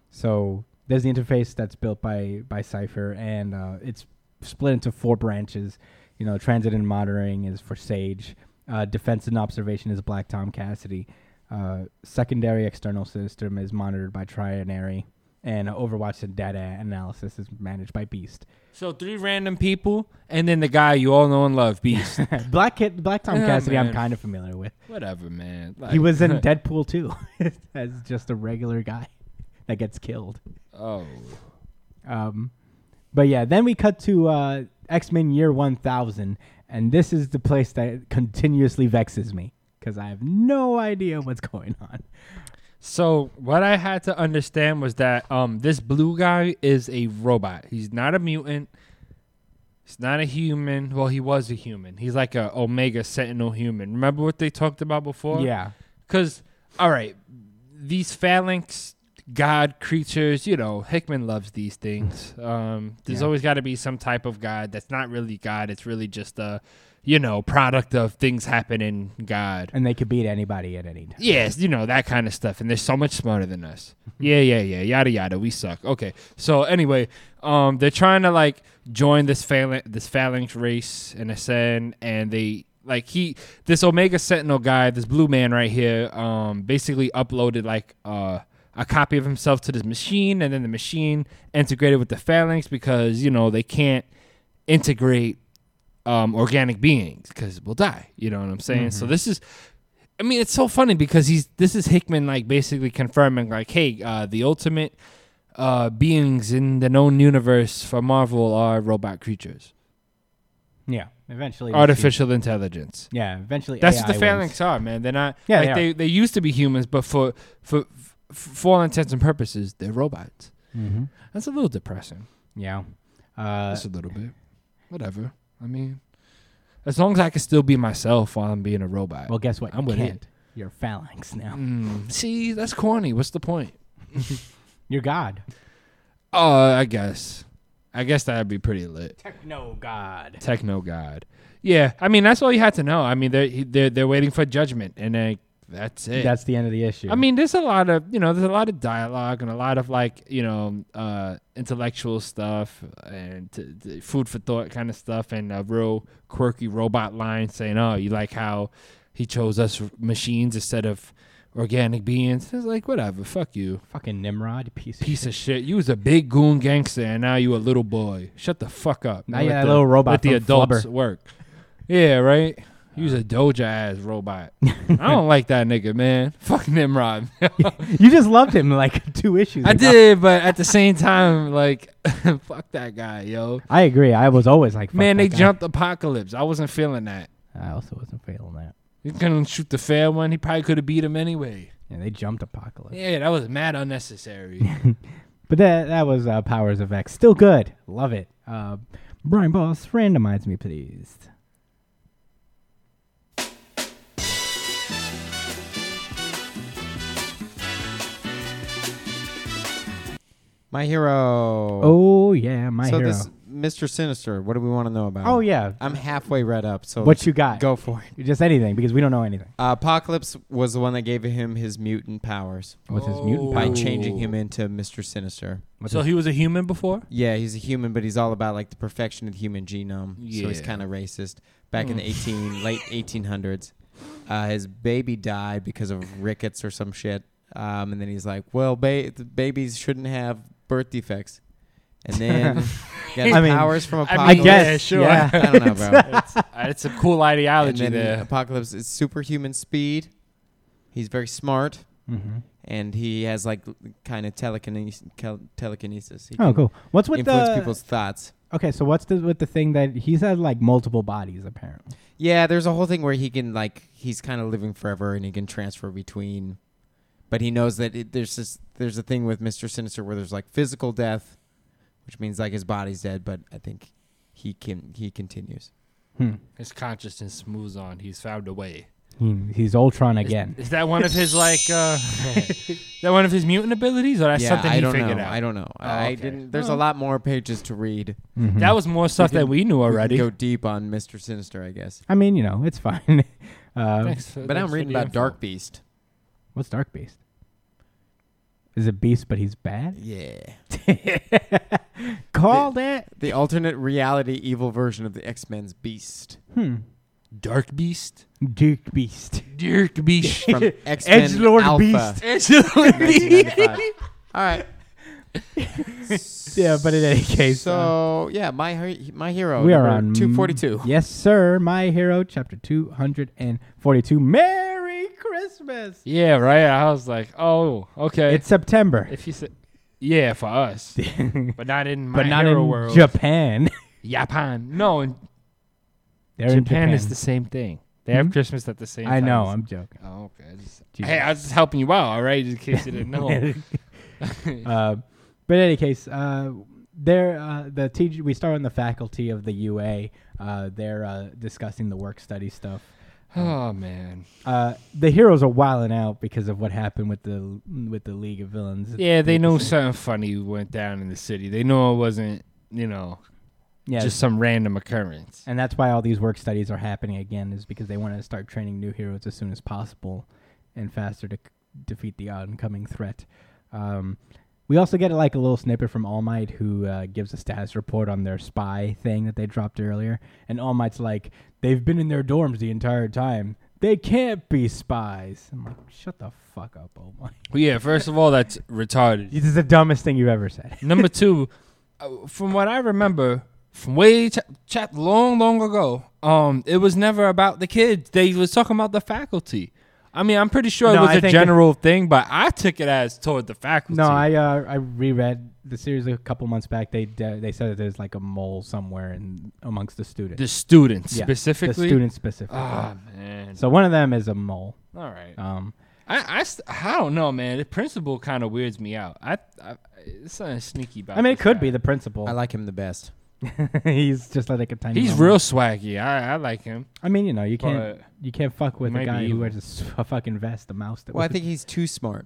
so there's the interface that's built by by Cipher, and uh, it's split into four branches. You know, transit and monitoring is for Sage. Uh, defense and observation is Black Tom Cassidy. Uh, secondary external system is monitored by Trinary, and Overwatch and data analysis is managed by Beast. [LAUGHS]
So three random people, and then the guy you all know and love, [LAUGHS] Beast.
Black Kid, Black Tom
Yeah,
Cassidy, I'm
Oh, man.
kind of familiar with.
Whatever, man.
he
Like-
was
[LAUGHS]
in Deadpool too, [LAUGHS] as just a regular guy [LAUGHS] that gets killed.
oh,
Um, but yeah, then we cut to uh, X Men Year One Thousand, and this is the place that continuously vexes me because I have no idea what's going on.
so what I had to understand was that um, this blue guy is a robot. He's not a mutant. He's not a human. Well, he was a human. He's like a Omega Sentinel human. Remember what they talked about before?
yeah,
Because, all right, these phalanx god creatures, you know, Hickman loves these things. Um, there's
Yeah.
always got to be some type of god that's not really god. It's really just a, you know, product of things happening god.
and they could beat anybody at any time.
Yes, you know, that kind of stuff. And they're so much smarter than us. Yeah, yeah, yeah. Yada, yada. We suck. Okay. So, anyway, um, they're trying to, like, join this, phalan- this phalanx race in a sense. And they, like, he, this Omega Sentinel guy, this blue man right here, um, basically uploaded, like, uh, a copy of himself to this machine. And then the machine integrated with the phalanx because, you know, they can't integrate um, organic beings because we'll die. You know what I'm saying? So
Mm-hmm.
this is, I mean, it's so funny because he's this is Hickman like basically confirming like, hey, uh, the ultimate uh, beings in the known universe for Marvel are robot creatures,
Yeah, eventually we see-
artificial intelligence.
Yeah, eventually
That's
AI
what the
wins.
phalanx are, man. They're not.
Yeah,
like,
they are.
they they used to be humans, but for for f- for all intents and purposes, they're robots.
Mhm.
That's a little depressing.
Yeah. Uh,
Just a little bit. Whatever. I mean, as long as I can still be myself while I'm being a robot.
well, guess what?
I'm
you
with it.
can't. You're a phalanx now.
Mm, see, that's corny. What's the point?
You're God.
Uh, I guess. I guess that'd be pretty lit.
Techno God.
Techno God. Yeah, I mean that's all you had to know. I mean they're he- they're they're waiting for judgment, and then that's it.
That's the end of the issue.
I mean, there's a lot of you know, there's a lot of dialogue and a lot of like you know, uh, intellectual stuff and t- t- food for thought kind of stuff, and a real quirky robot line saying, "Oh, you like how he chose us machines instead of organic beings?" It's like whatever, fuck you
fucking Nimrod, piece. of
piece of shit. You was a big goon gangster, and now you a little boy. Shut the fuck up.
Now
Let
you're that
the-
little robot
Let the
from Flubber.
adults work.
[LAUGHS]
Yeah, right. You was a Doja ass robot. I don't like that nigga, man. Fuck Nimrod.
shit. You just loved him like [LAUGHS] two issues.
I
ago.
did, but at the same time, like, [LAUGHS] fuck that guy, yo.
I agree. I was always like, fuck
man,
that
they
guy.
jumped Apocalypse. I wasn't feeling that.
I also wasn't failing that.
You couldn't shoot the fair one. He probably could have beat him anyway.
Yeah, they jumped Apocalypse.
Yeah, that was mad unnecessary.
But that that was uh, Powers of X. Still good. Love it. Uh, Brian Boss, randomize me, please.
My hero.
Oh yeah, my
so
hero.
this Mr. Sinister. What do we want to know about?
oh
him?
yeah.
I'm halfway read up. So
What you got?
Go for it. Uh,
Just anything because we don't know anything.
Apocalypse was the one that gave him his mutant powers
What's his mutant
Oh.
by
power?
changing him into Mr. Sinister.
What's
so
his-
he was a human before?
Yeah, he's a human, but he's all about like the perfection of the human genome. So he's
Yeah.
kind of racist. Back in the
Mm. [LAUGHS]
18 late 1800s, uh, his baby died because of rickets or some shit. Um, and then he's like, "Well, ba- the babies shouldn't have birth defects."
[LAUGHS]
And then he got his
I mean,
powers from
I mean,
apocalypse.
I guess.
sure. [LAUGHS]
Yeah.
I
[LAUGHS]
don't know, bro.
it's, it's a cool
and
ideology
then
there.
apocalypse is superhuman speed. He's very smart,
Mhm.
and he has like kind of telekinesis. telekinesis. He
Oh,
can
cool. What's with
Influence
the
people's thoughts.
okay? So what's the with the thing that he's had like multiple bodies apparently?
Yeah, there's a whole thing where he can like he's kind of living forever and he can transfer between, but he knows that it, there's this there's a thing with Mister Sinister where there's like physical death, which means like his body's dead, but I think he can he continues.
Hmm.
His consciousness moves on. He's found a way.
He, he's Ultron again.
Is, is that one of his like? uh Is that one of his mutant abilities, or that's
yeah,
something
I
he
don't
figured
know.
out? Oh,
I don't know. I
okay.
didn't. There's a
Well.
lot more pages to read.
Mhm.
That was more stuff that
didn't-
we knew
We can
already.
Go deep on Mister Sinister, I guess.
I mean, you know, it's fine. [LAUGHS] uh,
Thanks for-
But
thanks
I'm
for
reading
the
about
info.
Dark Beast.
What's Dark Beast? Is it Beast, but he's bad?
Yeah,
[LAUGHS] Called it.
the alternate reality evil version of the X Men's Beast
Hmm.
Dark Beast.
Duke Beast.
Dark
[LAUGHS]
[LAUGHS]
[LAUGHS] Beast.
from X Men
Edgelord
Alpha.
Beast.
[LAUGHS] It's-
1995. All right.
yeah, but in any case, uh,
so yeah, my He- my hero.
we are
Oh, number
on
242.
Yes, sir. My Hero, chapter 242. Merry Christmas.
Yeah, right. I was like, oh, okay.
It's September,
if you said, yeah,
[LAUGHS]
for us, but not in my
but not
hero
in
world. [LAUGHS]
Japan.
Japan. No, in
They're
Japan,
in Japan.
is the same thing. They have
Mhm.
Christmas at the same.
I
time.
know.
as-
I'm joking.
Oh, okay. I just-
Jesus.
hey, I was just helping you out, all right, in case you
[LAUGHS]
didn't know. [LAUGHS]
uh, but in any case, uh, there uh, the teacher. We start on the faculty of the UA. Uh, they're uh, discussing the work study stuff.
oh man.
Uh, the heroes are wilding out because of what happened with the with the League of Villains.
Yeah, they know something funny went down in the city. They know it wasn't, you know,
yeah.
just some
[LAUGHS]
random occurrence.
and that's why all these work studies are happening again is because they want to start training new heroes as soon as possible and faster to c- defeat the oncoming threat. Um, we also get like a little snippet from All Might who uh, gives a status report on their spy thing that they dropped earlier, and All Might's like, "They've been in their dorms the entire time. They can't be spies." I'm like, "Shut the fuck up, All Might."
Well, yeah, first of all, that's retarded.
This is the dumbest thing you've ever said.
Number two, uh, from what I remember, from way ch- chat long, long ago, um, it was never about the kids. They was talking about the faculty. I mean, I'm pretty sure
No,
it
I
was a
think
general thing, but I took it as toward the faculty.
No, I uh, I reread the series a couple months back. They de- they said that there's like a mole somewhere in amongst the students.
the students
Yeah,
specifically.
the students specifically.
Ah man.
so one of them is a mole.
all right.
Um,
I, I, st- I don't know, man. The principal kind of weirds me out. I, I it's something sneaky about.
I mean, it
this
could
guy.
be the principal.
I like him the best.
[LAUGHS] He's just like a tiny.
He's
mole.
real swaggy. I, I like him.
I mean, you know, you can't
But-
you can't fuck with
He
a
might
guy
be
who
evil.
wears a, s- [LAUGHS] a fucking vest. The mouse. That
Well, I
was-
think he's too smart.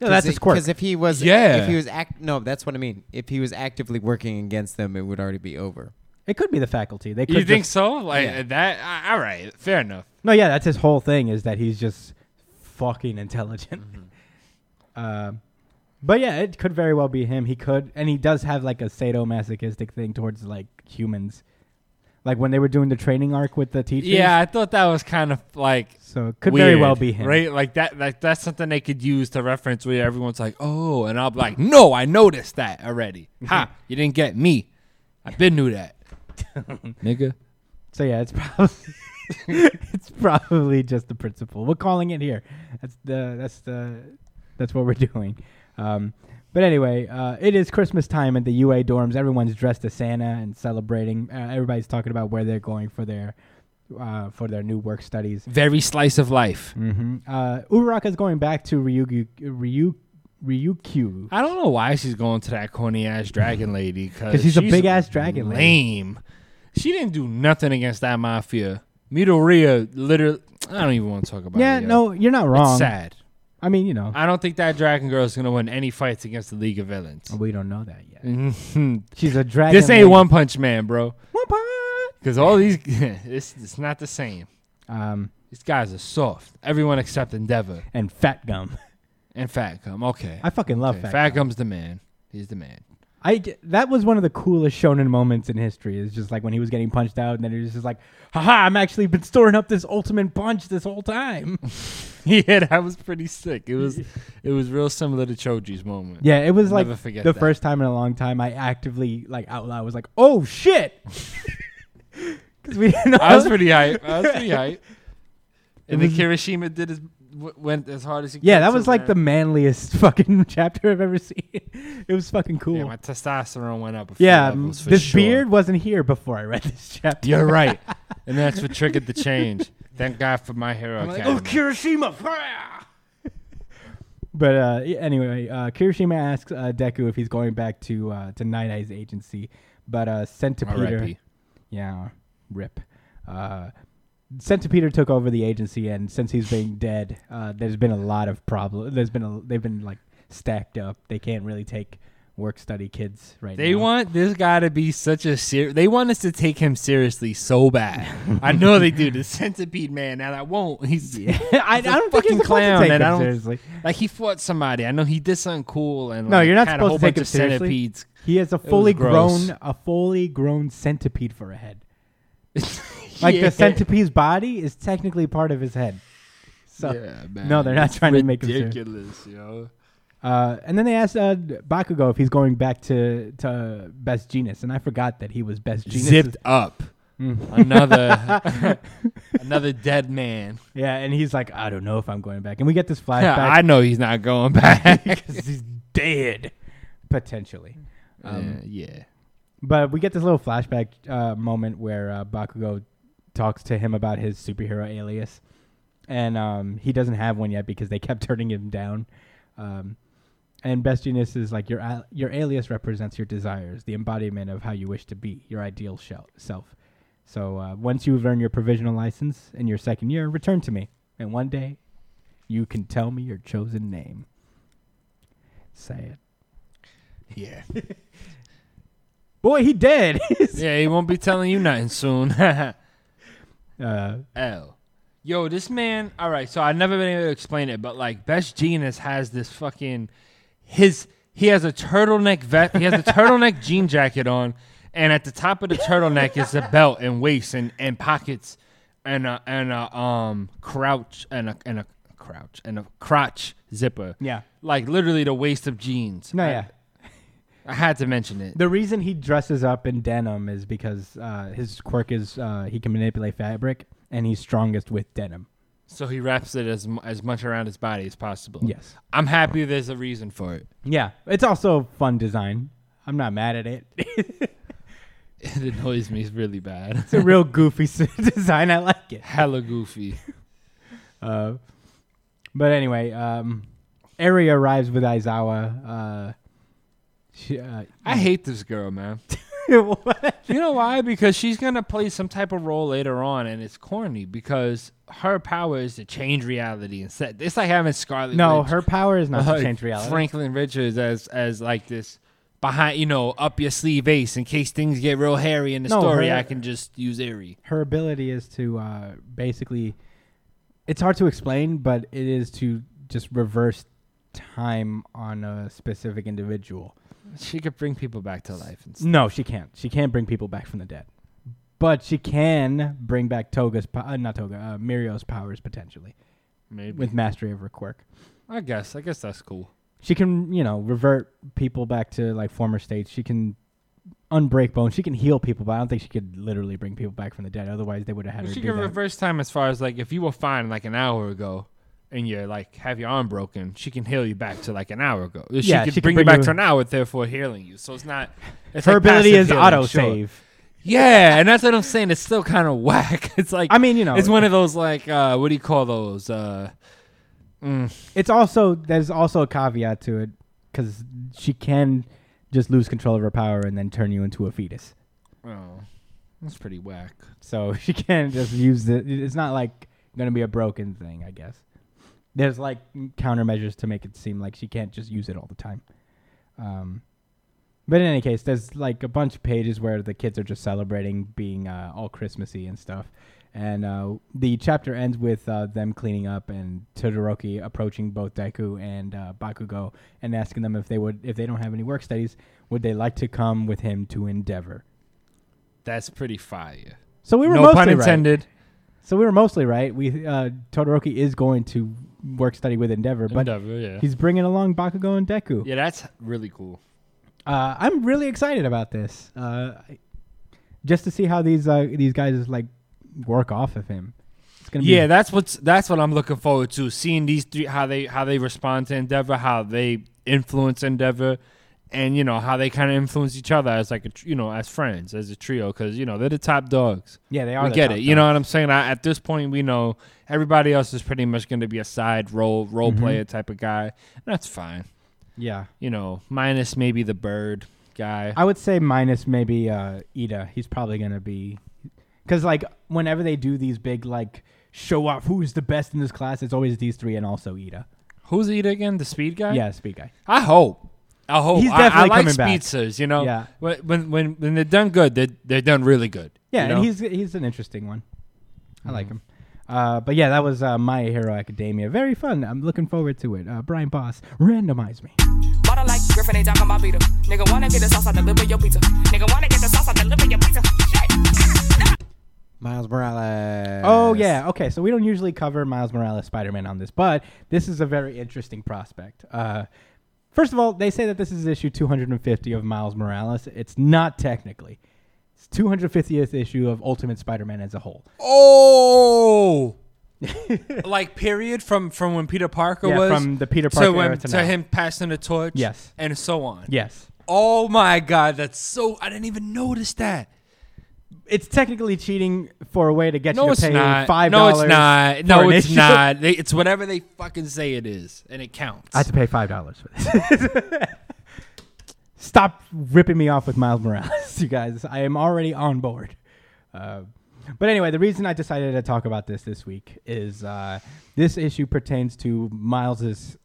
no, that's his quirk.
Because if he was,
Yeah.
if he was act, no, that's what I mean. If he was actively working against them, it would already be over.
It could be the faculty. They could
You think
just-
so? Like
Yeah.
that? I- all right. Fair enough.
No, yeah, that's his whole thing is that he's just fucking intelligent. [LAUGHS] Uh, but yeah, it could very well be him. He could, and he does have like a sadomasochistic thing towards like humans, like when they were doing the training arc with the teachers.
Yeah, I thought that was kind of like
so it could very
weird,
well be him.
right? Like that. Like that's something they could use to reference where everyone's like, "Oh," and I'll be like, "No, I noticed that already."
Mm-hmm.
ha! You didn't get me. I've been
[LAUGHS]
knew that, nigga.
So yeah, it's [LAUGHS] probably it's probably just the principle. We're calling it here. That's the that's the that's what we're doing. Um, but anyway, uh, it is Christmas time at the UA dorms. Everyone's dressed as Santa and celebrating. Uh, everybody's talking about where they're going for their uh, for their new work studies.
Very slice of life.
Mm-hmm. Uh, Uraraka is going back to Ryugu Ryu Ryukyu.
I don't know why she's going to that corny ass
[LAUGHS]
dragon lady because
'Cause she's a big-ass dragon lady.
Lame. She didn't do nothing against that mafia. Midoriya literally. I don't even want to talk about
Yeah,
it. yo.
no, you're not
It's
wrong.
sad.
I mean, you know,
I don't think that dragon girl is gonna win any fights against the League of Villains.
we don't know that yet.
Mhm.
She's a Mm-hmm. dragon.
this ain't
lady.
One Punch Man, bro.
One punch.
Because all these, [LAUGHS] it's, it's not the same.
Um,
These guys are soft. Everyone except Endeavor
and Fat Gum.
and Fat Gum. Okay.
I fucking love
okay.
Fat,
Fat
Gum.
Gum's the man. He's the man. [LAUGHS]
I d- that was one of the coolest shonen moments in history. Is just like when he was getting punched out, and then he was just like, "Haha, I'm actually been storing up this ultimate punch this whole
[LAUGHS]
time."
yeah, that was pretty sick. It was, it was real similar to Choji's moment.
yeah, it was
I'll
like
never forget
the
that.
first time in a long time I actively like out loud was like, "Oh shit," [LAUGHS] because we didn't know.
I was pretty hype. I was pretty hype.
[LAUGHS]
And
It
then
was-
Kirishima did his w- went as hard as he.
yeah,
could
that
to
was like
win.
the manliest [LAUGHS] fucking chapter I've ever seen. It was fucking cool.
Yeah,
Yeah,
my testosterone went up. A few levels for
this
sure.
beard wasn't here before I read this chapter.
You're right, and that's what triggered the change. Thank God for my hero.
I'm like,
Academy.
Kirishima, fire!" But uh, y- anyway, uh, Kirishima asks uh, Deku if he's going back to uh, to Night Eye's agency, but uh, Centipede,
R.I.P..
yeah, rip. Uh, Centipede took over the agency, and since he's been dead, uh, there's been a lot of problem. There's been a, they've been like stacked up. They can't really take work study kids right
They
now.
want this guy to be such a ser- They want us to take him seriously so bad. I know they do. The centipede man, and I won't.
[LAUGHS]
He's
I, I
he's a
don't think
fucking
he's supposed
clown,
to take
and I
him
don't-
seriously.
like he fought somebody. I know he did something cool, and
No,
like,
you're not
had a whole
supposed to take
bunch
him
of
seriously.
centipedes.
He has a fully
gross.
grown a fully grown centipede for a
[LAUGHS]
head. Like
Yeah.
the centipede's body is technically part of his head. So
Yeah, man,
no, they're not
it's
trying to make him serious.
ridiculous, yo.
Uh, and then they asked uh, Bakugo if he's going back to, to Best Genius, and I forgot that he was Best Genius.
Zipped up. Another another dead man.
Yeah, and he's like, I don't know if I'm going back. And we
[LAUGHS]
get this flashback.
I know he's not going back. [LAUGHS]
'Cause he's dead, potentially.
Um, yeah.
But we get this little flashback uh, moment where uh, Bakugo talks to him about his superhero alias, and um, he doesn't have one yet because they kept [LAUGHS] turning him down. Um, and Best Genius is like your al- your alias represents your desires, the embodiment of how you wish to be, your ideal shel- self. So uh, once you've earned your provisional license in your second year, return to me, and one day you can tell me your chosen name. Say it,
Yeah.
boy. He dead. [LAUGHS]
[LAUGHS] Yeah, he won't be telling you nothing soon. [LAUGHS]
uh,
L. Yo, this man. All right, so I've never been able to explain it, but like Best Genius has this fucking his. He has a turtleneck vest. He has a turtleneck [LAUGHS] jean jacket on, and at the top of the turtleneck is a belt and waist and, and pockets, and a and a um crouch and a and a crouch and a crotch zipper.
Yeah.
like literally the waist of jeans.
no,
I,
yeah.
I had to mention it.
The reason he dresses up in denim is because uh, his quirk is uh, he can manipulate fabric, and he's strongest with denim.
So he wraps it as mu- as much around his body as possible.
Yes.
I'm happy there's a reason for it. [LAUGHS]
Yeah, it's also fun design. I'm not mad at it. [LAUGHS]
It annoys me really bad. [LAUGHS]
It's a real goofy [LAUGHS] s- design. I like it.
Hella goofy.
Uh, but anyway, um, Eri arrives with Aizawa. Uh, she, uh,
I hate this girl, man.
what?
You know why? Because she's gonna play some type of role later on, and it's corny because her power is to change reality and set. It's like having Scarlet.
No,
Witch,
her power is not
[LAUGHS] uh,
to change reality.
Franklin Richards as as like this behind, you know, up your sleeve ace in case things get real hairy in the
No,
story.
her-
I can just use Airy.
her ability is to uh, basically it's hard to explain but it is to just reverse time on a specific individual
She could bring people back to life. And stuff.
no she can't she can't bring people back from the dead but she can bring back toga's po- uh, not toga uh, mirio's powers potentially
Maybe.
with mastery of her quirk
I guess. I guess that's cool.
she can you know revert people back to like former states she can unbreak bones she can heal people but i don't think she could literally bring people back from the dead otherwise they would have had
Well,
her
she
do
can
that.
reverse time as far as like if you were fine like an hour ago and you like have your arm broken, she can heal you back to like an hour ago. She
Yeah,
can
she can
bring,
bring
you back
you-
to an hour, therefore healing you. So it's not. It's
her
like
ability
passive
is
healing,
auto
sure.
save
Yeah, and that's what I'm saying. It's still kind of whack. [LAUGHS] It's like
I mean, you know,
it's one of those like uh, what do you call those? Uh, mm,
it's also there's also a caveat to it because she can just lose control of her power and then turn you into a fetus.
oh, that's pretty whack.
So [LAUGHS] she can't just use it. It's not like gonna be a broken thing, I guess. There's like countermeasures to make it seem like she can't just use it all the time. Um, but in any case, there's like a bunch of pages where the kids are just celebrating being uh, all Christmassy and stuff. And uh, the chapter ends with uh, them cleaning up and Todoroki approaching both Deku and uh, Bakugo and asking them if they would, if they don't have any work studies, would they like to come with him to Endeavor?
That's pretty fire.
So we were
no
mostly
pun
right.
intended.
So we were mostly right. We uh, Todoroki is going to work study with Endeavor, but
Endeavor, yeah.
he's bringing along Bakugo and Deku.
yeah, that's really cool.
Uh, I'm really excited about this, uh, I- just to see how these uh, these guys like work off of him. It's gonna be
Yeah, that's what's that's what I'm looking forward to. Seeing these three how they how they respond to Endeavor, how they influence Endeavor, and you know how they kind of influence each other as like a tr- you know as friends as a trio because you know they're the top dogs.
yeah they are
We
the
get it.
top
You
dogs.
know what I'm saying? I, at this point, we know everybody else is pretty much going to be a side role role
Mm-hmm.
player type of guy. That's fine.
yeah.
You know, minus maybe the bird guy.
I would say minus maybe uh, Ida. He's probably gonna be because like whenever they do these big like show off who's the best in this class, it's always these three and also Ida.
Who's it again? The speed guy.
Yeah, speed guy.
I hope. I hope.
He's
I-
definitely
I, like
coming back.
speedsters, you know.
Yeah.
When when when, when they're done good, they're they're done really good.
Yeah,
you
and
know? Mm-hmm.
he's he's an interesting one. I like him. Uh, but yeah, that was uh, My Hero Academia. Very fun. I'm looking forward to it. Uh, Brian Boss, randomize me.
Bottle like Griffin, they dunk on my beater. Nigga wanna get the sauce, I deliver your pizza. Nigga wanna get the sauce, I deliver your pizza. Shit.
Miles Morales.
Oh yeah, okay. So we don't usually cover Miles Morales Spider-Man on this, but this is a very interesting prospect. Uh, First of all, they say that this is issue 250 of Miles Morales. It's not technically. It's 250th issue of Ultimate Spider-Man as a whole. [LAUGHS]
Oh. like period from from when Peter Parker
Yeah,
was
from the Peter
to,
Parker
when,
era to
to,
now.
him passing the torch
Yes.
and so on
Yes.
oh my god that's so I didn't even notice that
It's technically cheating for a way to get
no
you to
it's
pay
not
$5.
no it's
for
not no
an
it's
issue.
not they, it's whatever they fucking say it is and it counts
I have to pay five dollars for this. [LAUGHS] Stop ripping me off with Miles Morales, [LAUGHS] you guys. I am already on board. Uh, but anyway, the reason I decided to talk about this this week is uh, this issue pertains to Miles's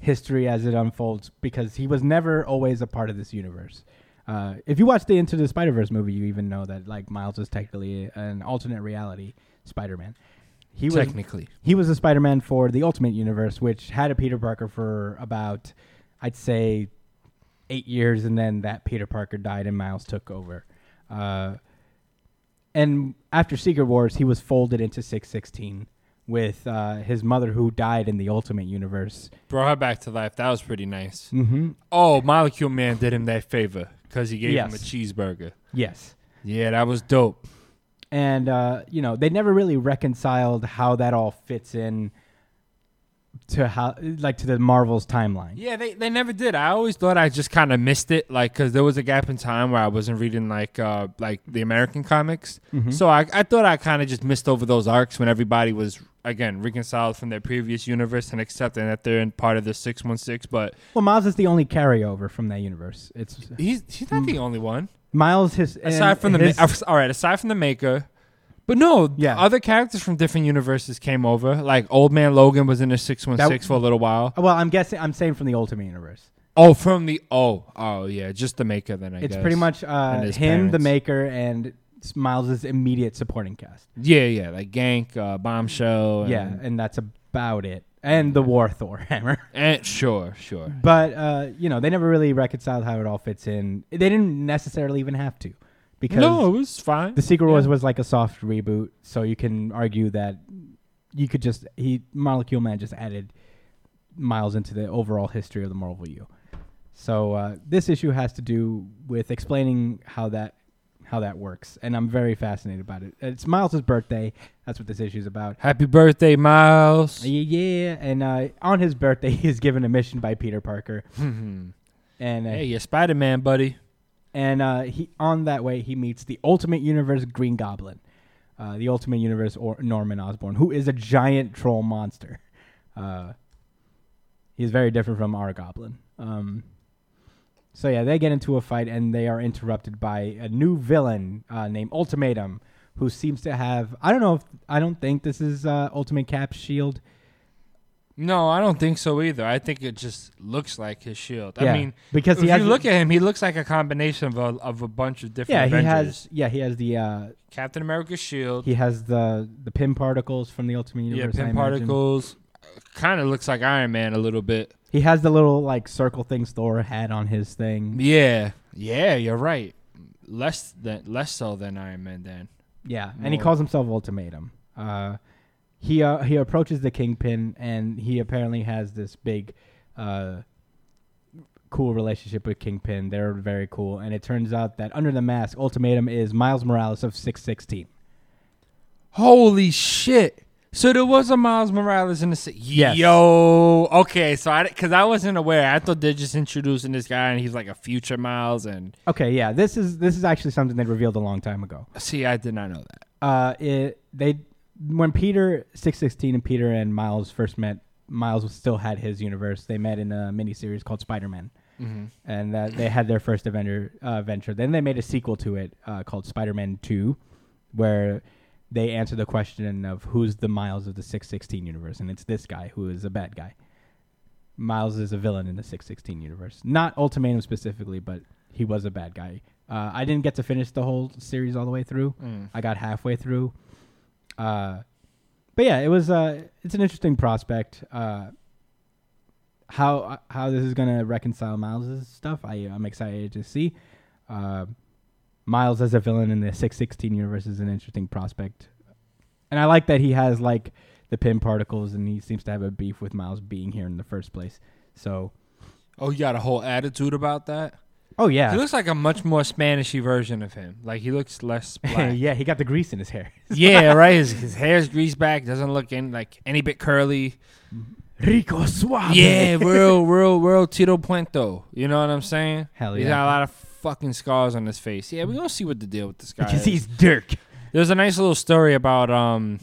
history as it unfolds because he was never always a part of this universe. Uh, if you watch the Into the Spider Verse movie, you even know that like Miles is technically an alternate reality Spider Man. He was
technically
he was a Spider-Man for the Ultimate Universe, which had a Peter Parker for about, I'd say, eight years, and then that Peter Parker died, and Miles took over. Uh, and after Secret Wars, he was folded into Six Sixteen with uh, his mother, who died in the Ultimate Universe.
brought her back to life that was pretty nice oh Molecule Man did him that favor because he gave him a
Yes.
cheeseburger
Yes,
yeah that was dope
and uh, you know they never really reconciled how that all fits in to how like to the Marvel's timeline.
Yeah, they, they never did. I always thought I just kind of missed it, like because there was a gap in time where I wasn't reading like uh like the American comics, so I I thought I kind of just missed over those arcs when everybody was again reconciled from their previous universe and accepting that they're in part of the six one six. But
Well, Miles is the only carryover from that universe. It's
he's he's not the only one
Miles his
aside
and
from the
his-
ma- all right aside from the maker. But no,
Yeah.
other characters from different universes came over. Like Old Man Logan was in the six one six for a little while.
uh, well, I'm guessing I'm saying from the Ultimate Universe.
Oh, from the oh oh yeah, just the maker. Then I
It's
guess.
pretty much uh, him,
And his
the
parents.
Maker, and s- Miles's immediate supporting cast.
Yeah, yeah, like Gank, uh, Bombshell. And,
yeah, and that's about it. And the War Thor [LAUGHS] hammer.
and- sure, sure.
but uh, you know, they never really reconciled how it all fits in. They didn't necessarily even have to, because
No, it was fine.
the Secret
Yeah.
Wars was like a soft reboot. So you can argue that you could just he Molecule Man just added Miles into the overall history of the Marvel U. So uh, this issue has to do with explaining how that how that works, and I'm very fascinated about it. It's Miles's birthday. That's what this issue is about.
Happy birthday, Miles.
Yeah, yeah. and uh, on his birthday, [LAUGHS] he is given a mission by Peter
[LAUGHS]
Parker, and uh,
Hey, you're Spider Man, buddy.
and uh, he on that way he meets the Ultimate Universe Green Goblin, uh, the Ultimate Universe or Norman Osborn, who is a giant troll monster. Uh, he's very different from our Goblin. Um, so yeah, they get into a fight and they are interrupted by a new villain uh, named Ultimatum, who seems to have I don't know if I don't think this is uh, Ultimate Cap's shield.
No, I don't think so either. I think it just looks like his shield.
Yeah,
I mean,
because
if
he
you
hasn't-
look at him, he looks like a combination of a, of a bunch of different.
Yeah, he
Avengers.
has. Yeah, he has the uh,
Captain America's shield.
he has the the pin particles from the Ultimate
yeah,
Universe. I
pin
imagine.
particles. Kind of looks like Iron Man a little bit.
He has the little like circle things Thor had on his thing.
Yeah, yeah, you're right. Less than less so than Iron Man. Then
Yeah, and he
More.
calls himself Ultimatum. Uh, he uh, he approaches the Kingpin, and he apparently has this big, uh, cool relationship with Kingpin. They're very cool, and it turns out that under the mask, Ultimatum is Miles Morales of Six Sixteen.
Holy shit. So there was a Miles Morales in the city.
Yes.
Yo. Okay. So I, because I wasn't aware, I thought they're just introducing this guy and he's like a future Miles. And
Okay, yeah, this is this is actually something they revealed a long time ago.
see, I did not know that.
uh, it they when Peter six sixteen and Peter and Miles first met, Miles still had his universe. They met in a miniseries called Spider Man, and uh, they had their first Avenger uh, venture. Then they made a sequel to it uh, called Spider Man Two, where they answer the question of who's the Miles of the six sixteen universe, and it's this guy who is a bad guy. Miles is a villain in the 616 universe. Not Ultimatum specifically, but he was a bad guy. Uh, I didn't get to finish the whole series all the way through. I got halfway through. Uh, but yeah, it was uh, it's an interesting prospect. Uh, how uh, how this is gonna reconcile Miles' stuff, I I'm excited to see. Uh, Miles as a villain in the 616 universe is an interesting prospect, and I like that he has like the pin particles, and he seems to have a beef with Miles being here in the first place. So
Oh, you got a whole attitude about that.
Oh [LAUGHS]
He
yeah,
looks like a much more Spanishy version of him. Like he
[LAUGHS]
looks less black.
yeah. He got the grease in his hair.
yeah, right. His, his hair's greased back. Doesn't look in like any bit curly.
Rico suave. [LAUGHS]
Yeah, [LAUGHS] real, real, real Tito Puento. You know what I'm saying?
Hell
He's
yeah.
got a lot of fucking scars on his face. Yeah, we're gonna see what the deal with
[LAUGHS]
this guy
because
is.
he's Dirk
There's a nice little story about um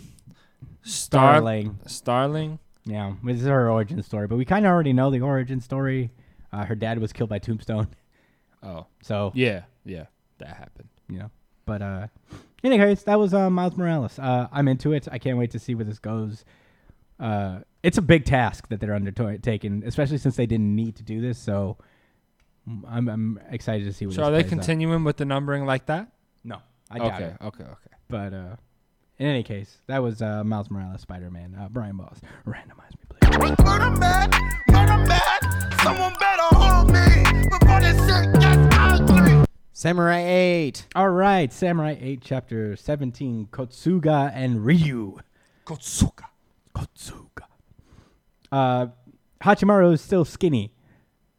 Star
Starling.
Starling.
Yeah, this is her origin story, but we kind of already know the origin story. Uh, her dad was killed by Tombstone,
Oh.
so
Yeah, yeah. That happened.
you know. But uh, in any case, that was uh, Miles Morales. Uh, I'm into it. I can't wait to see where this goes. Uh, it's a big task that they're undertaking, especially since they didn't need to do this. So mm, I'm, I'm excited to see what.
So
this
are they
plays out.
continuing with the numbering like that?
No, I doubt
okay,
it.
okay, okay.
But uh, in any case, that was uh, Miles Morales, Spider Man, uh, Brian Boss. Randomize me, please.
Murder mad, murder mad. Someone better hold me before this shit gets ugly.
Samurai 8.
All right, Samurai 8, Chapter 17, Kotsuga and Ryu.
Kotsuka.
Kotsuga. Uh, Hachimaru is still skinny,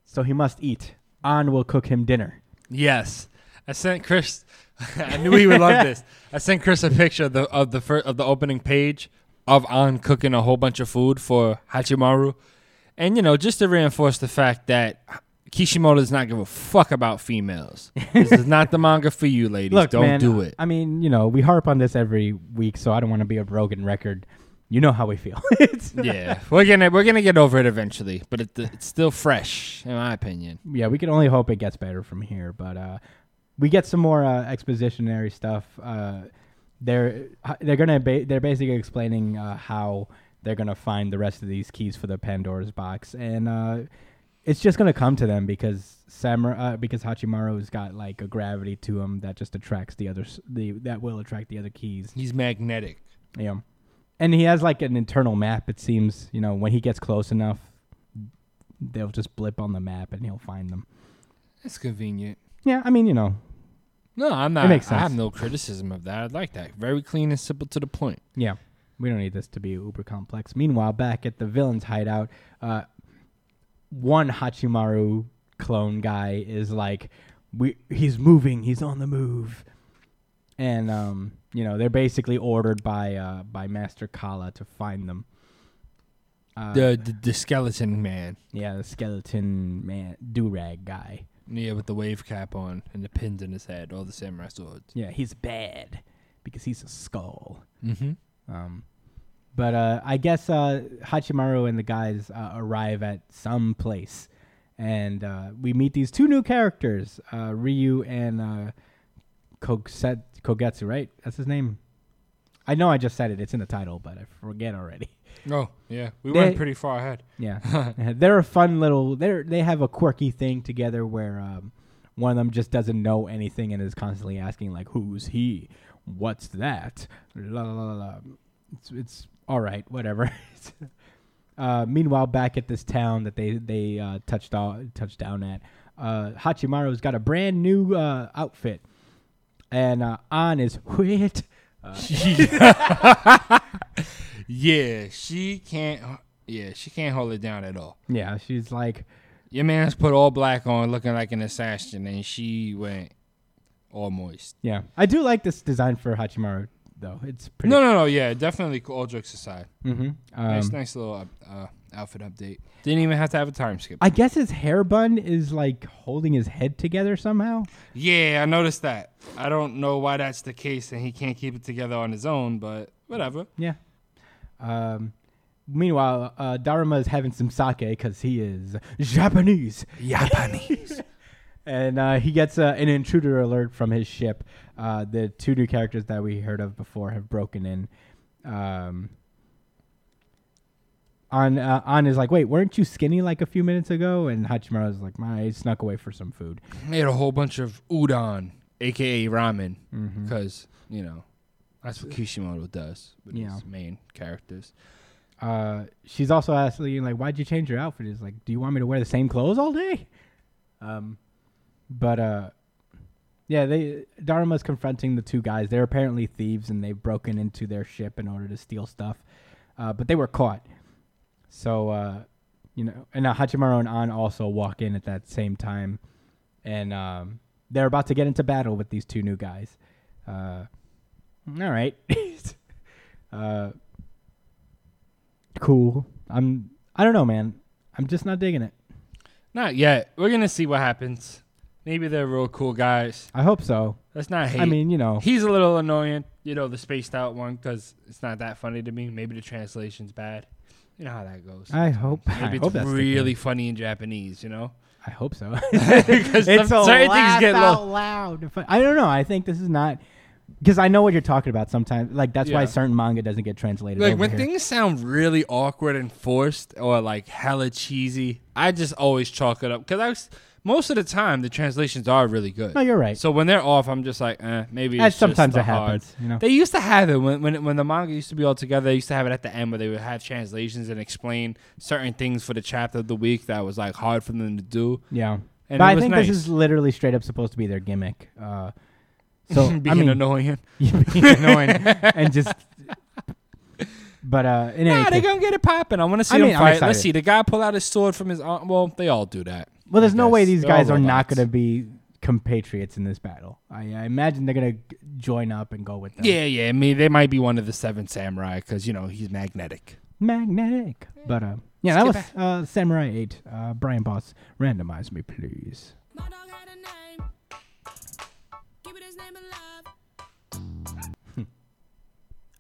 so he must eat. An will cook him dinner.
Yes. I sent Chris [LAUGHS] I knew he
[LAUGHS]
would love this. I sent Chris a picture of the of the fir- of the opening page of An cooking a whole bunch of food for Hachimaru. And you know, just to reinforce the fact that Kishimoto does not give a fuck about females. this
[LAUGHS]
is not the manga for you, ladies.
Look,
Don't
man, uh, [LAUGHS]
do it.
I mean, you know, we harp on this every week, so I don't want to be a broken record. You know how we feel. It's-
yeah, we're gonna we're gonna get over it eventually, but it, it's still fresh, in my opinion.
yeah, we can only hope it gets better from here. But uh, we get some more uh, expositionary stuff. Uh, they're uh, they're gonna ba- they're basically explaining uh, how they're gonna find the rest of these keys for the Pandora's box, and uh, it's just gonna come to them because Samurai uh, because Hachimaru's got like a gravity to him that just attracts the other s- the that will attract the other keys.
He's magnetic.
Yeah. And he has like an internal map, it seems. You know, when he gets close enough, they'll just blip on the map and he'll find them.
It's convenient.
Yeah, I mean, you know,
No, I'm not.
makes
I have
sense.
no criticism of that. I like that. Very clean and simple to the point.
yeah, we don't need this to be uber complex. Meanwhile, back at the villain's hideout, uh, one Hachimaru clone guy is like, we he's moving, he's on the move, and um, you know, they're basically ordered by uh by Master Kala to find them. Uh,
the, the the skeleton man.
yeah, the skeleton man, do rag guy.
Yeah, with the wave cap on and the pins in his head, all the samurai swords.
Yeah, he's bad because he's a skull.
Mm-hmm.
Um, but uh, I guess uh, Hachimaru and the guys uh, arrive at some place, and uh, we meet these two new characters, uh, Ryu and uh, Koget- Kogetsu. Right, that's his name. I know I just said it. It's in the title, but I forget already. [LAUGHS]
Oh yeah, we
They-
went pretty far ahead.
Yeah, [LAUGHS] they're a fun little. They are they have a quirky thing together where um, one of them just doesn't know anything and is constantly asking like, "Who's he? What's that?" La la la. la, la. It's it's all right, whatever. [LAUGHS] uh, meanwhile, back at this town that they they uh, touched on, touched down at, uh, Hachimaru's got a brand new uh, outfit, and uh, An is wit.
[LAUGHS] Yeah, she can't. Yeah, she can't hold it down at all.
[LAUGHS] Yeah, she's like,
Your man's put all black on, looking like an assassin, and she went all moist.
yeah. I do like this design for Hachimaru though. It's pretty.
No, no, no. Yeah, definitely. All jokes aside,
Mm-hmm.
nice, nice little up, uh, outfit update. Um, Didn't even have to have a time skip.
I guess his hair bun is like holding his head together somehow.
yeah, I noticed that. I don't know why that's the case, and he can't keep it together on his own. But whatever.
Yeah. Um, meanwhile, uh, Daruma is having some sake because he is Japanese. Japanese. [LAUGHS] and uh, he gets uh, an intruder alert from his ship. Uh, the two new characters that we heard of before have broken in. Um, on uh, on is like, wait, weren't you skinny like a few minutes ago? And Hachimaru is like, I snuck away for some food.
Made a whole bunch of udon, aka ramen,
Mm-hmm.
because you know that's what Kishimoto does with
Yeah.
his main characters.
uh, she's also asking like, "Why'd you change your outfit?" Is like, "Do you want me to wear the same clothes all day?" Um, but uh, yeah, they Daruma's confronting the two guys. They're apparently thieves, and they've broken into their ship in order to steal stuff. Uh, but they were caught. So uh, you know, and now Hachimaru and An also walk in at that same time, and um, they're about to get into battle with these two new guys. Uh, all right, [LAUGHS] uh, cool. I'm. I don't know, man. I'm just not digging it.
Not yet. We're gonna see what happens. Maybe they're real cool guys.
I hope so.
Let's not hate.
I mean, you know,
he's a little annoying. You know, the spaced out one because it's not that funny to me. Maybe the translation's bad. You know how that goes.
I hope. I
Maybe
hope
it's
that's the
really
case.
funny in Japanese.
[LAUGHS]
You know,
I hope
[LAUGHS]
so.
because
it's a
certain things
laugh
get
out
low.
loud. If I- I don't know. I think this is not because I know what you're talking about. Sometimes, like that's why
Yeah.
certain manga doesn't get translated.
Like
over
when
here.
things sound really awkward and forced or like hella cheesy, I just always chalk it up because I was, most of the time the translations are really good.
No, you're right.
So when they're off, I'm just like, eh, maybe.
That
It's
sometimes
just the
it happens,
Hard.
you know?
They used to have it when, when when the manga used to be all together. They used to have it at the end where they would have translations and explain certain things for the chapter of the week that was like hard for them to do.
yeah,
And
but
it
I
was
think
nice.
this is literally straight up supposed to be their gimmick.
[LAUGHS]
Uh, so
Being
I mean,
annoying.
being annoying [LAUGHS] and just. [LAUGHS] But uh, in any
[LAUGHS] Nah, they're
case-
gonna get it popping. I want to see
I mean,
them
I'm
fight.
excited.
Let's see. The guy pull out his sword from his arm. Well, they all do that.
Well, there's
I
no way
guess.
these
They're all
guys are not
robots.
going to be compatriots in this battle. I, I imagine they're going to join up and go with them.
Yeah, yeah. I mean, they might be one of the seven samurai because you know he's magnetic.
magnetic. But uh, yeah, that was uh, Samurai Eight. Uh, Brian Boss, randomize me, please.
My dog had a name. Keep it his name alive.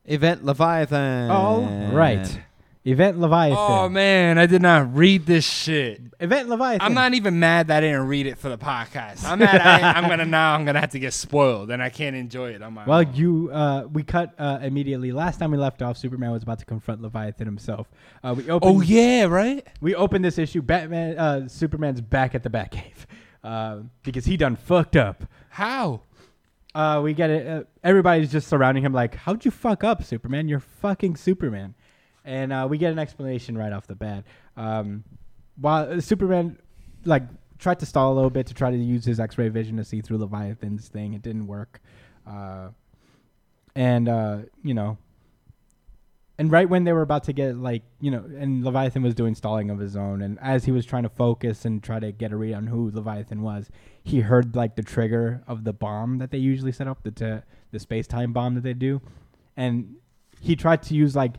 Event Leviathan.
All right, Event Leviathan.
Oh man, I did not read this shit.
Event Leviathan.
I'm not even mad that I didn't read it for the podcast. I'm mad. I, I'm gonna [LAUGHS] now. I'm gonna have to get spoiled, and I can't enjoy it on my
Well,
own.
you uh, we cut uh, immediately. Last time we left off, Superman was about to confront Leviathan himself. Uh, we opened,
Oh yeah, right.
we opened this issue. Batman, uh, Superman's back at the Batcave uh, because he done fucked up.
How?
Uh, we get it. Uh, everybody's just surrounding him, like, "How'd you fuck up, Superman? You're fucking Superman." And uh, we get an explanation right off the bat. Um, while uh, Superman, like, tried to stall a little bit to try to use his X-ray vision to see through Leviathan's thing, it didn't work. Uh, and uh, you know, and right when they were about to get like you know and leviathan was doing stalling of his own and as he was trying to focus and try to get a read on who leviathan was he heard like the trigger of the bomb that they usually set up the t- the space-time bomb that they do and he tried to use like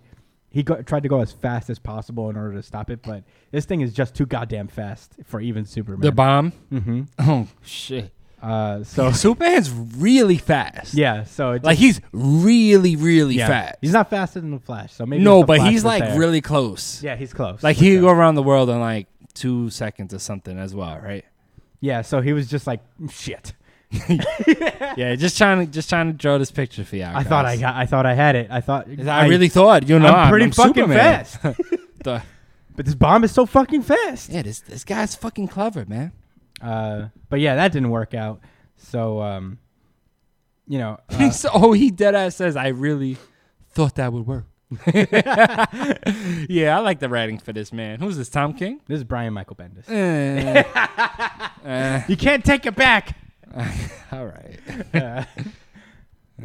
he go- tried to go as fast as possible in order to stop it but this thing is just too goddamn fast for even superman [LAUGHS]
The bomb.
mm-hmm.
Oh shit.
uh, so
So Superman's really fast.
yeah so it
Like he's really, really
yeah.
fast.
he's not faster than the flash so maybe
no,
if the
but
Flash
he's
was
like
there-
really close.
yeah he's close
Like
for
he
sure.
could go around the world in like two seconds or something as well,
[LAUGHS]
right?
yeah so he was just like "Mm,
[LAUGHS]
shit
yeah, just trying to just trying to draw this picture for you.
I thought I got. I thought I had it. I thought
I, really thought [LAUGHS] you know
I'm pretty fucking
Superman.
fast.
[LAUGHS]
[LAUGHS]
The-
but this bomb is so fucking fast.
yeah, this this guy's fucking clever, man.
Uh, but yeah, that didn't work out. So um, you
[LAUGHS]
know, uh,
so oh, [LAUGHS] he dead ass says I really thought that would work. [LAUGHS] yeah, I like the writing for this man. Who's this Tom King?
this is Brian Michael Bendis.
Eh, [LAUGHS] eh,
You can't take it back.
all right.
[LAUGHS]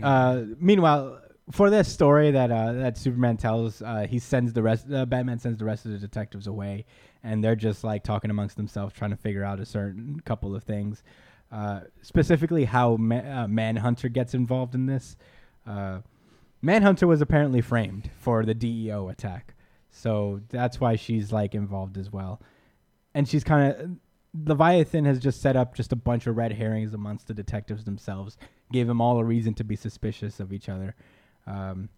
Uh, meanwhile, for this story that uh, that Superman tells, uh, he sends the rest. Uh, Batman sends the rest of the detectives away, and they're just like talking amongst themselves, trying to figure out a certain couple of things, uh, specifically how Ma- uh, Manhunter gets involved in this. Uh, Manhunter was apparently framed for the DEO attack, so that's why she's like involved as well and she's kind of Leviathan has just set up just a bunch of red herrings amongst the detectives themselves, gave them all a reason to be suspicious of each other, um,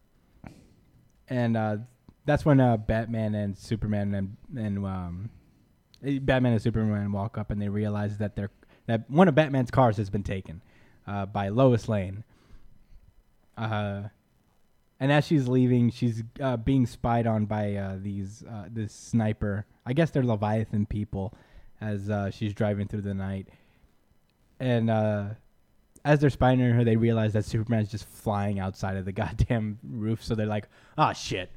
and uh, that's when uh, Batman and Superman and and um, eh, Batman and Superman walk up and they realize that they're that one of Batman's cars has been taken uh, by Lois Lane. Uh, and as she's leaving, she's uh, being spied on by uh, these uh, this sniper. I guess they're Leviathan people. As uh, she's driving through the night, and uh, as they're spying on her, they realize that Superman's just flying outside of the [LAUGHS] goddamn roof. So they're like, "Ah, shit!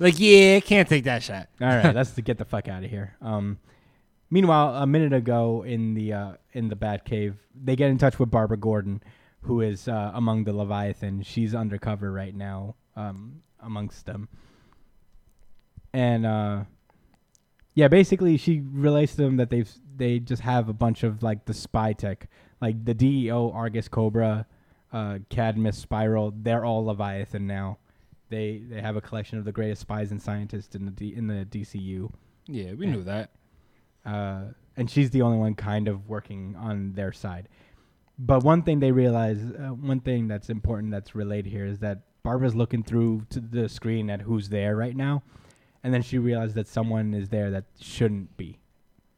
Like yeah, can't take that shot.
All right, let's get the fuck out of here." Um, meanwhile, a minute ago in the uh, in the Batcave, they get in touch with Barbara Gordon, who is uh, among the Leviathan. She's undercover right now um, amongst them. and uh, yeah, basically she relates to them that they've they just have a bunch of like the spy tech, like the DEO, Argus Cobra, uh, Cadmus, Spiral. They're all Leviathan now. They they have a collection of the greatest spies and scientists in the D, in the DCU,
Yeah, we knew [LAUGHS] that.
uh, and she's the only one kind of working on their side. But one thing they realize, uh, one thing that's important that's relayed here is that Barbara's looking through to the screen at who's there right now, and then she realized that someone is there that shouldn't be,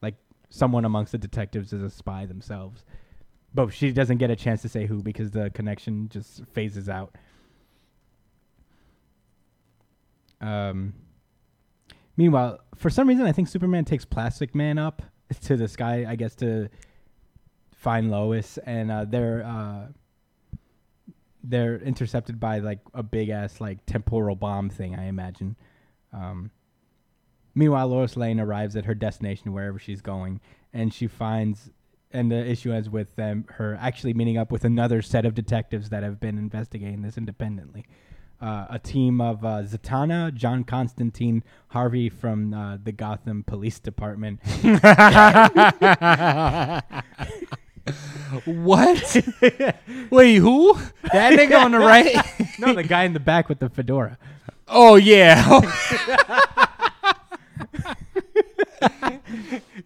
like someone amongst the detectives is a spy themselves. But she doesn't get a chance to say who because the connection just phases out. Um, meanwhile, for some reason, I think Superman takes Plastic Man up to the sky, I guess, to find Lois, and uh, they're uh, they're intercepted by like a big ass like temporal bomb thing, I imagine. Um, meanwhile, Lois Lane arrives at her destination, wherever she's going, and she finds. And the issue ends with them her actually meeting up with another set of detectives that have been investigating this independently. Uh, a team of uh, Zatanna, John Constantine, Harvey from uh, the Gotham Police
[LAUGHS]
Department,
What? Wait, who? That nigga on the [LAUGHS] right?
no, the guy in the back with the fedora.
Oh yeah. [LAUGHS]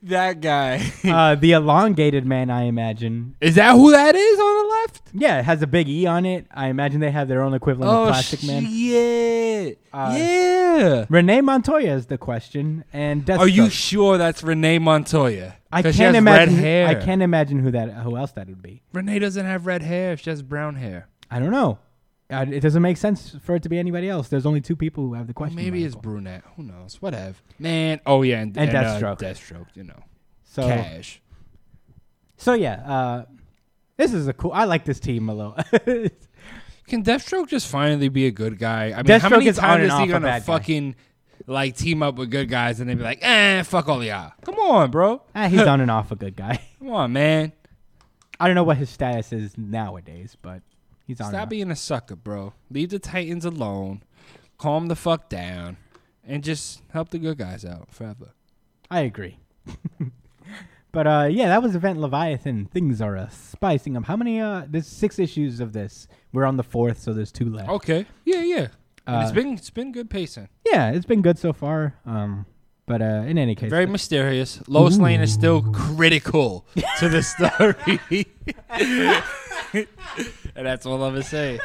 that guy.
Uh, the elongated man, I imagine.
[LAUGHS] Is that who that is on the left?
Yeah, it has a big E on it. I imagine they have their own equivalent of Plastic Man.
Oh, shit.
Uh,
yeah.
Renee Montoya is the question, and Deathstroke.
Are you sure that's Renee Montoya?
I
'Cause she
can't
has
imagine.
Red hair.
I can't imagine who that, who else that would be.
Renee doesn't have red hair. She has brown hair.
I don't know. Uh, it doesn't make sense for it to be anybody else. There's only two people who have the question.
Maybe it's
mark.
brunette. Who knows? Whatever. Man. Oh yeah, and,
And
uh,
Deathstroke. Oh.
Deathstroke. You know,
so.
cash.
So yeah, uh, this is a cool. I like this team a lot. [LAUGHS]
Can Deathstroke just finally be a good guy? I mean, how
Deathstroke
many
is on
times
and
is
off
he
a
gonna
bad guy.
fucking like team up with good guys and they be like, eh, fuck all y'all. Come on, bro.
Ah,
[LAUGHS]
he's on and off a good guy. [LAUGHS]
Come on, man.
I don't know what his status is nowadays, but he's on. and
Stop
off.
being a sucker, bro. Leave the Titans alone. Calm the fuck down, and just help the good guys out forever.
I agree. [LAUGHS] but uh, yeah, that was Event Leviathan. Things are uh, spicing up. How many? Uh, there's six issues of this. We're on the fourth, so there's two left.
Okay. Yeah, yeah. And it's
Uh,
been it's been good pacing.
Yeah, it's been good so far. Um, but uh, in any case,
Very mysterious.
[LAUGHS]
Lois Lane is still critical to the story. and that's all I'm going to say.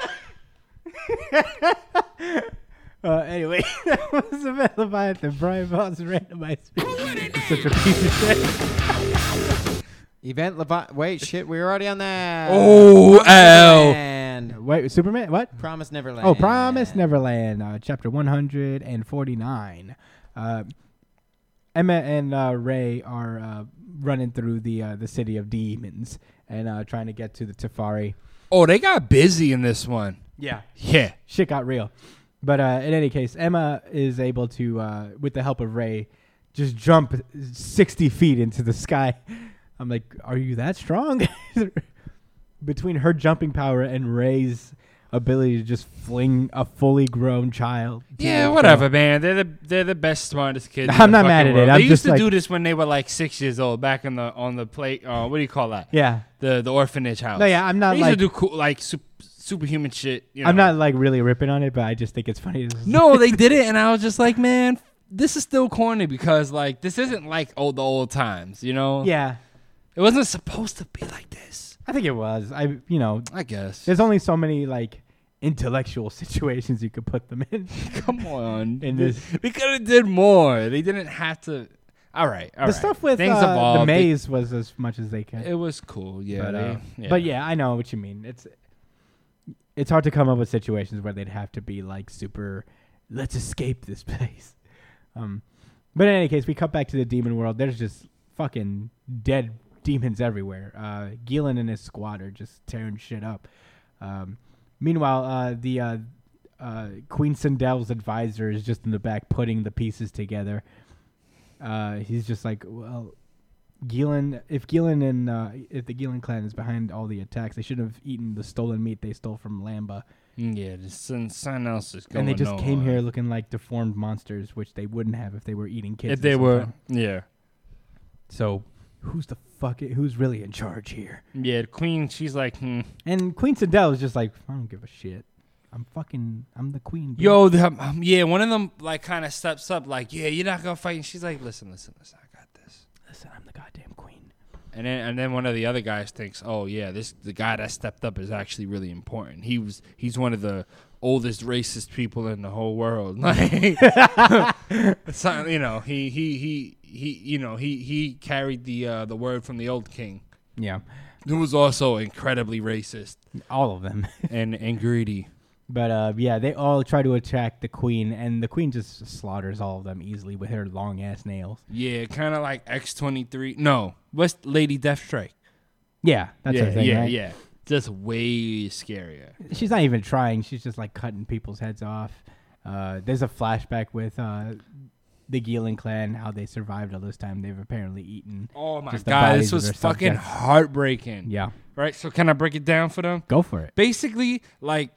[LAUGHS]
uh, anyway, [LAUGHS] that was Event Leviathan. Brian Voss randomized. It's such a piece of shit.
Event Levi. Wait, shit, we were already on that.
Oh, L.
And
Wait, Superman? What?
Promise Neverland.
Oh, Promise Neverland, uh, chapter 149. Uh, Emma and uh, Ray are uh, running through the uh, the city of demons and uh, trying to get to the Tefari.
Oh, they got busy in this one.
Yeah.
Yeah.
Shit got real. But uh, in any case, Emma is able to, uh, with the help of Ray, just jump 60 feet into the sky. [LAUGHS] I'm like, are you that strong? [LAUGHS] Between her jumping power and Ray's ability to just fling a fully grown child. to
Yeah,
the-
whatever, man. They're the they're the best, smartest
[LAUGHS]
kids. in
I'm
the
not mad at
fucking
it.
world.
I'm
they used
just
to
like-
do this when they were like six years old, back in the on the play. Uh, what do you call that?
Yeah.
The the orphanage house.
No, yeah, I'm not
They used
like-
to do cool like sup- superhuman shit. You know?
I'm not like really ripping on it, but I just think it's funny. This is-
[LAUGHS] No, they did it, and I was just like, man, this is still corny because like this isn't like old the old times, you know?
[LAUGHS] Yeah,
it wasn't supposed to be like this.
I think it was. I, you know,
I guess.
there's only so many like intellectual [LAUGHS] situations you could put them in.
[LAUGHS] Come on,
[LAUGHS] In this-
they could have did more. They didn't have to. All right, all
the
right.
stuff with
Things
uh,
evolved.
the
They-
maze was as much as they could.
It was cool, yeah.
but, uh,
they-
but yeah, I know what you mean. It's it's hard to come up with situations where they'd have to be like super. Let's escape this [LAUGHS] place. Um, but in any case, we cut back to the demon world. There's just fucking dead demons everywhere. Uh, Gielan and his squad are just tearing shit up. Um, meanwhile, uh, the uh, uh, Queen Sindel's advisor is just in the back putting the pieces together. Uh, he's just like, well, Gielan, if Gielan and uh, if the Gielan clan is behind all the attacks, they should have eaten the stolen meat they stole from Lamba
Mm, Yeah, there's some- something else is going
and
on.
they just came here looking like deformed monsters, which they wouldn't have if they were eating kids.
If
at
they
some
were,
time.
yeah,
so who's the fuck? i- Who's really in charge here?
yeah. The queen, she's like, hmm.
And Queen Sindel is just like, I don't give a shit. I'm fucking. I'm the queen. bitch."
yo, the, um, yeah. One of them like kind of steps up, like, yeah, you're not gonna fight. And she's like, listen, listen, listen, I got this.
listen, I'm the goddamn queen.
And then and then one of the other guys thinks, oh yeah, this the guy that stepped up is actually really important. He was he's one of the oldest racist people in the whole world. [LAUGHS] Like, so, you know, he he he he you know he he carried the uh, the word from the old king,
Yeah,
who was also incredibly racist
all of them. [LAUGHS]
and and greedy.
But uh, yeah, they all try to attack the queen, and the queen just slaughters all of them easily with her long ass nails.
Yeah, kind of like X twenty three. No, what's Lady Deathstrike?
Yeah, that's
Yeah,
her thing.
yeah,
right?
yeah. Just way scarier.
She's not even trying. She's just like cutting people's heads off. Uh, there's a flashback with uh, the Gielan clan, how they survived all this time. They've apparently eaten.
Oh my
just the
god,
bodies
this
of
was
their
fucking
subjects.
heartbreaking.
Yeah,
Right. So can I break it down for them?
go for it.
Basically, like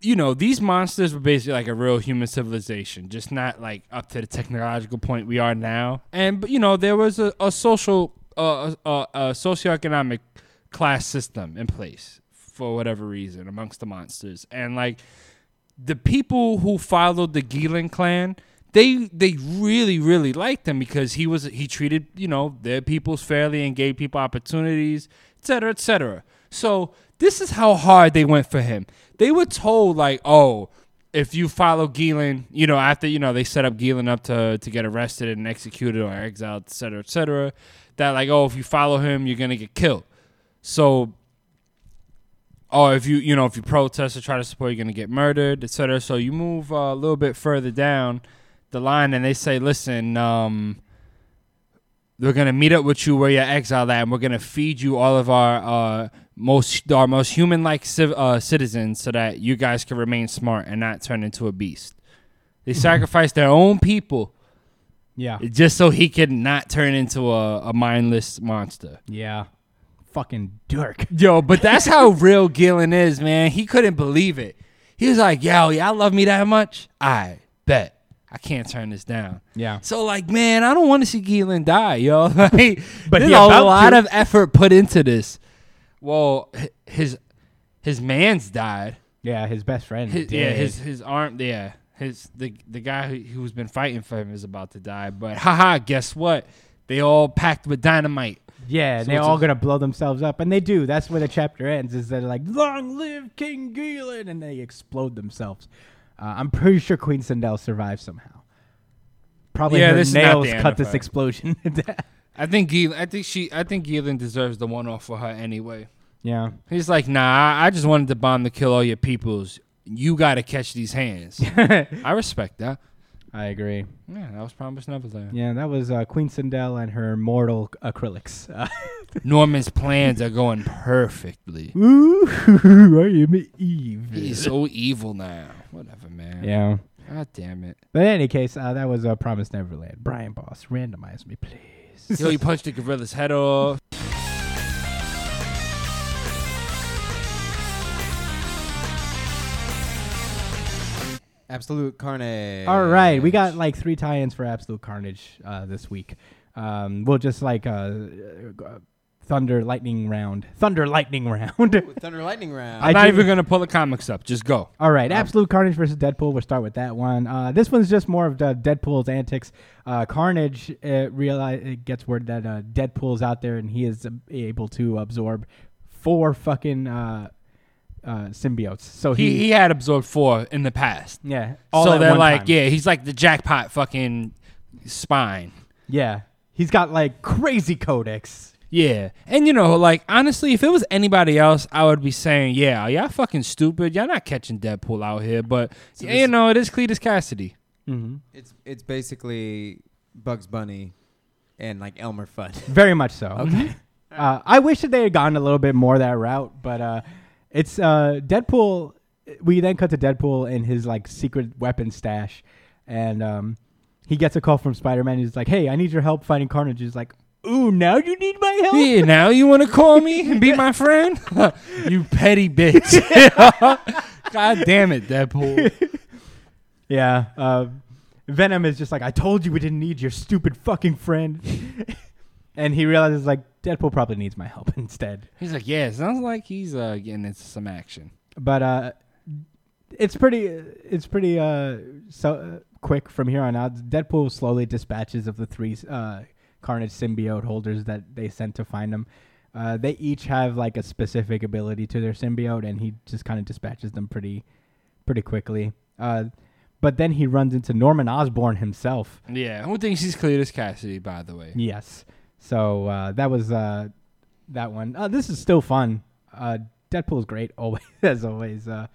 you know, these monsters were basically like a real human civilization, just not like up to the technological point we are now. And but you know, there was a, a social, uh, a, a, a socioeconomic class system in place for whatever reason amongst the monsters, and like the people who followed the Gielan clan, they they really really liked him because he was he treated you know their peoples fairly and gave people opportunities, et cetera, et cetera. So this is how hard they went for him. They were told like, oh, if you follow Gielan, you know after you know they set up Gielan up to to get arrested and executed or exiled, et cetera, et cetera. That like, oh, if you follow him, you're gonna get killed. So oh, if you you know if you protest or try to support, you're gonna get murdered, etc. So you move uh, a little bit further down the line, and they say, listen, um, we're gonna meet up with you where you're exiled at, and we're gonna feed you all of our uh, most our most human like civ- uh, citizens, so that you guys can remain smart and not turn into a beast. They sacrifice their own people
Yeah,
just so he could not turn into a, a mindless monster.
yeah. Fucking Dirk.
Yo, but that's
[LAUGHS]
how real Gillen is, man. He couldn't believe it. He was like, yo, y'all love me that much? I bet. I can't turn this down.
Yeah.
So like, man, I don't want to see Gillen die, yo. [LAUGHS] Like,
But
but there's
he
a
about
lot
to.
of effort put into this. Well, h- his his man's died.
Yeah, his best friend.
His, yeah,
did.
his his arm. Yeah, his the the guy who, who's been fighting for him is about to die. But [LAUGHS] haha, guess what? They all packed with dynamite.
Yeah,
So
they're
it's
all
a-
gonna blow themselves up, and they do. That's where the chapter ends. Is they're like, "Long live King Gielan," and they explode themselves. Uh, I'm pretty sure Queen Sindel survives somehow. Probably
Yeah,
her
this is not
nails
the
cut this
Antifa.
explosion. to death.
I think Gil- I think she. I think Gillen deserves the one off for her anyway.
yeah,
He's like, nah. I, I just wanted the bomb to kill all your peoples. You gotta catch
[LAUGHS]
these hands. I respect that.
I agree.
Yeah, that was Promise Neverland.
Yeah, that was uh, Queen Sindel and her mortal
[LAUGHS]
acrylics. [LAUGHS] Uh,
Norman's plans are going perfectly.
Ooh, I am Eve.
He's so evil now. Whatever, man.
Yeah.
God damn it.
But in any case, uh, that was uh, Promise Neverland. Brian Boss, randomize me, please. [LAUGHS]
Yo, he punched the gorilla's head off.
Absolute carnage.
All right, we got like three tie-ins for Absolute Carnage uh, this week. Um, we'll just like uh, uh, thunder lightning round, thunder lightning round. [LAUGHS]
Thunder lightning round.
I
I'm not
do-
even gonna pull the comics up. Just go.
All right, Absolute Carnage versus Deadpool. We'll start with that one. Uh, this one's just more of the Deadpool's antics. Uh, Carnage uh, realize it gets word that uh, Deadpool's out there and he is uh, able to absorb four fucking uh, uh, symbiotes. So
He
he,
he had absorbed four in the past.
yeah. all
so
at
they're
one
like,
time.
yeah, he's like the jackpot fucking spine.
yeah. He's got like crazy codex.
Yeah. And you know, like honestly, if it was anybody else, I would be saying, Yeah, y'all fucking stupid. Y'all not catching Deadpool out here, but yeah, you
this-
know, it is Cletus Cassidy.
Mm-hmm.
It's it's basically Bugs Bunny and like Elmer Fudd.
Very much so. Okay. [LAUGHS] Uh, I wish that they had gone a little bit more that route, but uh, it's uh, Deadpool. We then cut to Deadpool in his like secret weapon stash, and um, he gets a call from Spider Man. He's like, "Hey, I need your help fighting Carnage." He's like, "Ooh, now you need my help."
Yeah, [LAUGHS] now you wanna call me and be my friend? you petty bitch. God damn it, Deadpool.
[LAUGHS] Yeah. Uh, Venom is just like, I told you we didn't need your stupid fucking friend. [LAUGHS] and he realizes, like, Deadpool probably needs my help [LAUGHS] instead.
He's like, yeah, it sounds like he's uh, getting into some action.
But uh, it's pretty, it's pretty uh, so uh, quick from here on out. Deadpool slowly dispatches of the three uh, Carnage symbiote holders that they sent to find him. Uh, they each have like a specific ability to their symbiote, and he just kind of dispatches them pretty, pretty quickly. Uh, but then he runs into Norman Osborn himself.
Yeah, who thinks he's Cletus Cassidy, by the way?
Yes. So uh, that was uh, that one. Uh, this is still fun. Uh, Deadpool's great [LAUGHS] always, as always. Uh,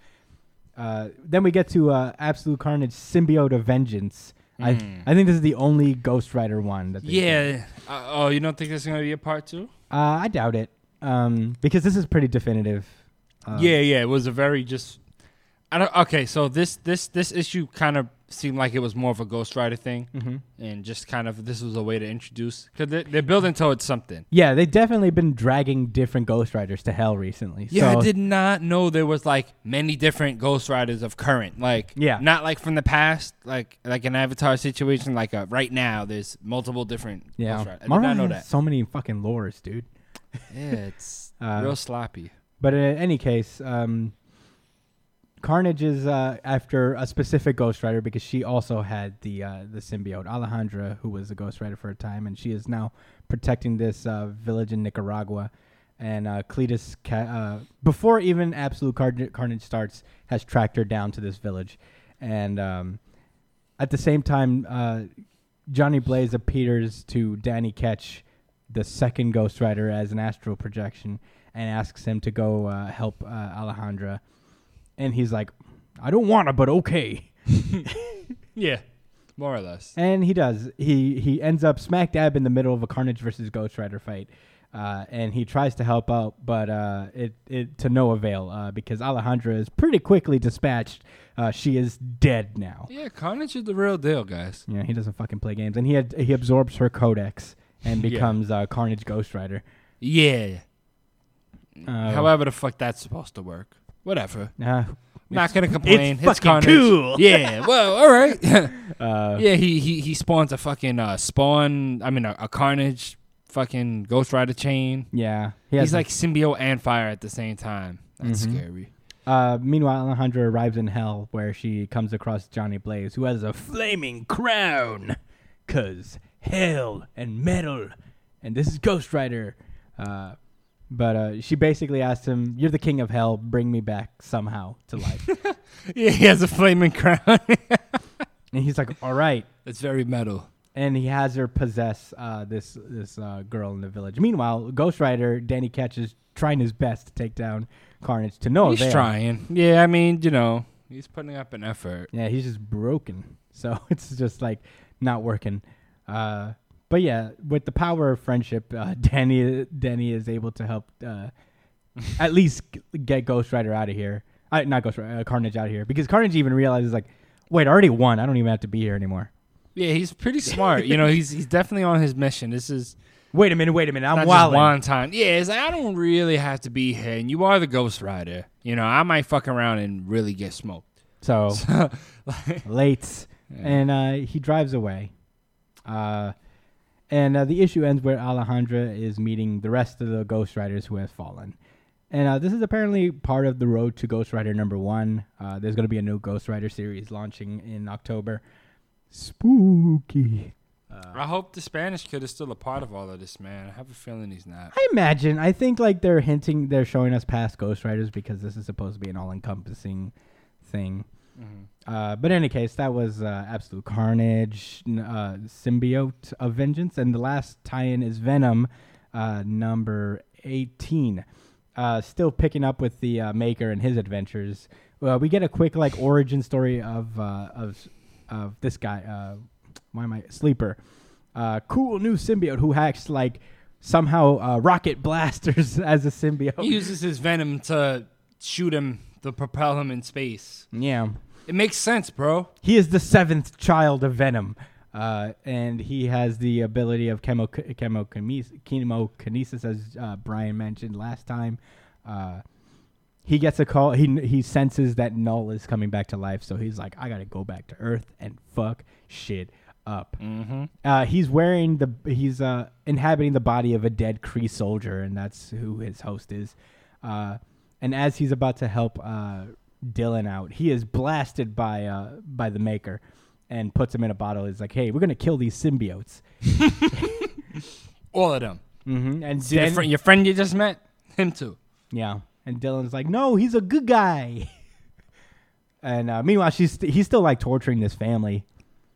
uh, then we get to uh, Absolute Carnage Symbiote of Vengeance. I, I think this is the only Ghost Rider one. That they did.
Hmm. Yeah. Uh, oh, you don't think there's going to be a part two?
Uh, I doubt it um, because this is pretty definitive. Uh,
yeah, yeah. It was a very just. I don't. Okay, so this this this issue kind of seemed like it was more of a Ghost Rider thing,
mm-hmm.
and just kind of this was a way to introduce because they're, they're building towards something.
Yeah, they've definitely been dragging different Ghost Riders to hell recently.
Yeah,
so,
I did not know there was like many different Ghost Riders of current. Like,
Yeah.
not like from the past, like like an Avatar situation. Like uh, right now, there's multiple different.
Yeah,
Ghost Riders. I
Marvel
did not know
has
that.
so many fucking lores, dude.
Yeah, it's
[LAUGHS] Uh,
real sloppy.
But in any case, um, Carnage is uh, after a specific Ghost Rider because she also had the uh, the symbiote Alejandra, who was a Ghost Rider for a time, and she is now protecting this uh, village in Nicaragua. And uh, Cletus, ca- uh, before even Absolute Carnage, Carnage starts, has tracked her down to this village, and um, at the same time, uh, Johnny Blaze appears to Danny Ketch, the second Ghost Rider, as an astral projection and asks him to go uh, help uh, Alejandra. And he's like, I don't want to, but okay.
Yeah, more or less.
And he does. He he ends up smack dab in the middle of a Carnage versus Ghost Rider fight, uh, and he tries to help out, but uh, it it to no avail uh, because Alejandra is pretty quickly dispatched. Uh, she is dead now.
Yeah, Carnage is the real deal, guys.
Yeah, he doesn't fucking play games, and he had, he absorbs her codex and
[LAUGHS] Yeah.
becomes uh, Carnage Ghost Rider.
Yeah.
Uh,
However the fuck that's supposed to work. Whatever.
uh,
Not gonna complain.
fucking
Carnage.
cool.
Yeah. Well, all [LAUGHS] right.
uh,
yeah. He, he he spawns a fucking uh, spawn. I mean a, a Carnage fucking Ghost Rider chain.
yeah, he
He's
has
like symbiote and fire at the same time. That's scary.
Uh, meanwhile, Alejandra arrives in hell where she comes across Johnny Blaze, who has a flaming crown. Cause hell and metal. And this is Ghost Rider. Uh, but uh, she basically asks him, You're the king of hell. Bring me back somehow to
[LAUGHS]
life.
[LAUGHS] Yeah, he has a flaming crown. [LAUGHS]
and he's like, All right.
it's very metal.
And he has her possess uh, this this uh, girl in the village. Meanwhile, Ghost Rider, Danny Ketch, is trying his best to take down Carnage to no
he's
avail.
trying. Yeah, I mean, you know, he's putting up an effort.
Yeah, he's just broken. [LAUGHS] So it's just like not working. Uh, but yeah, with the power of friendship, uh, [LAUGHS] Danny Danny is able to help
[LAUGHS]
uh, at least g- get Ghost Rider out of here. Uh, not Ghost Rider, uh, Carnage out of here because Carnage even realizes like, wait, I already won. I don't even have to be here anymore.
Yeah, he's [LAUGHS] pretty smart. you know, he's he's definitely on his mission. This is
Wait a minute, wait a minute. I'm
not just
wilding.
one time. Yeah, it's like I don't really have to be here, and you are the Ghost Rider. You know, I might fuck around and really get smoked. [LAUGHS]
So
Like,
late, and uh, he drives away. Uh, and uh, the issue ends where Alejandra is meeting the rest of the Ghost Riders who have fallen. And uh, this is apparently part of the road to Ghost Rider number one. Uh, there's going to be a new Ghost Rider series launching in October. Spooky.
I hope the Spanish kid is still a part of all of this, man. I have a feeling he's not.
I imagine. I think like they're hinting, they're showing us past Ghost Riders because this is supposed to be an all-encompassing thing. Uh, but in any case, that was uh, Absolute Carnage, n- uh, Symbiote of Vengeance, and the last tie-in is Venom, uh, number eighteen. Uh, still picking up with the uh, Maker and his adventures. Uh, we get a quick like origin story of uh, of of this guy. Uh, why am I sleeper? Uh, cool new symbiote who hacks like somehow uh, rocket blasters [LAUGHS] as a symbiote.
He uses his venom to shoot him, to propel him in space.
yeah,
It makes sense, bro.
he is the seventh child of Venom, uh, and he has the ability of chemo chemokinesis, chemokinesis as uh, Brian mentioned last time. Uh, he gets a call. He he senses that Null is coming back to life, so he's like, I gotta go back to Earth and fuck shit up. Mm-hmm. Uh, he's wearing the he's uh, inhabiting the body of a dead Kree soldier, and that's who his host is. Uh, and as he's about to help uh, Dylan out, he is blasted by uh, by the Maker, and puts him in a bottle. He's like, Hey, we're gonna kill these symbiotes.
All of them.
Mm-hmm. And
See your,
then-
fri- your friend you just met? Him too.
Yeah. And Dylan's like, no, he's a good guy. [LAUGHS] and uh, meanwhile, she's st- he's still like torturing this family.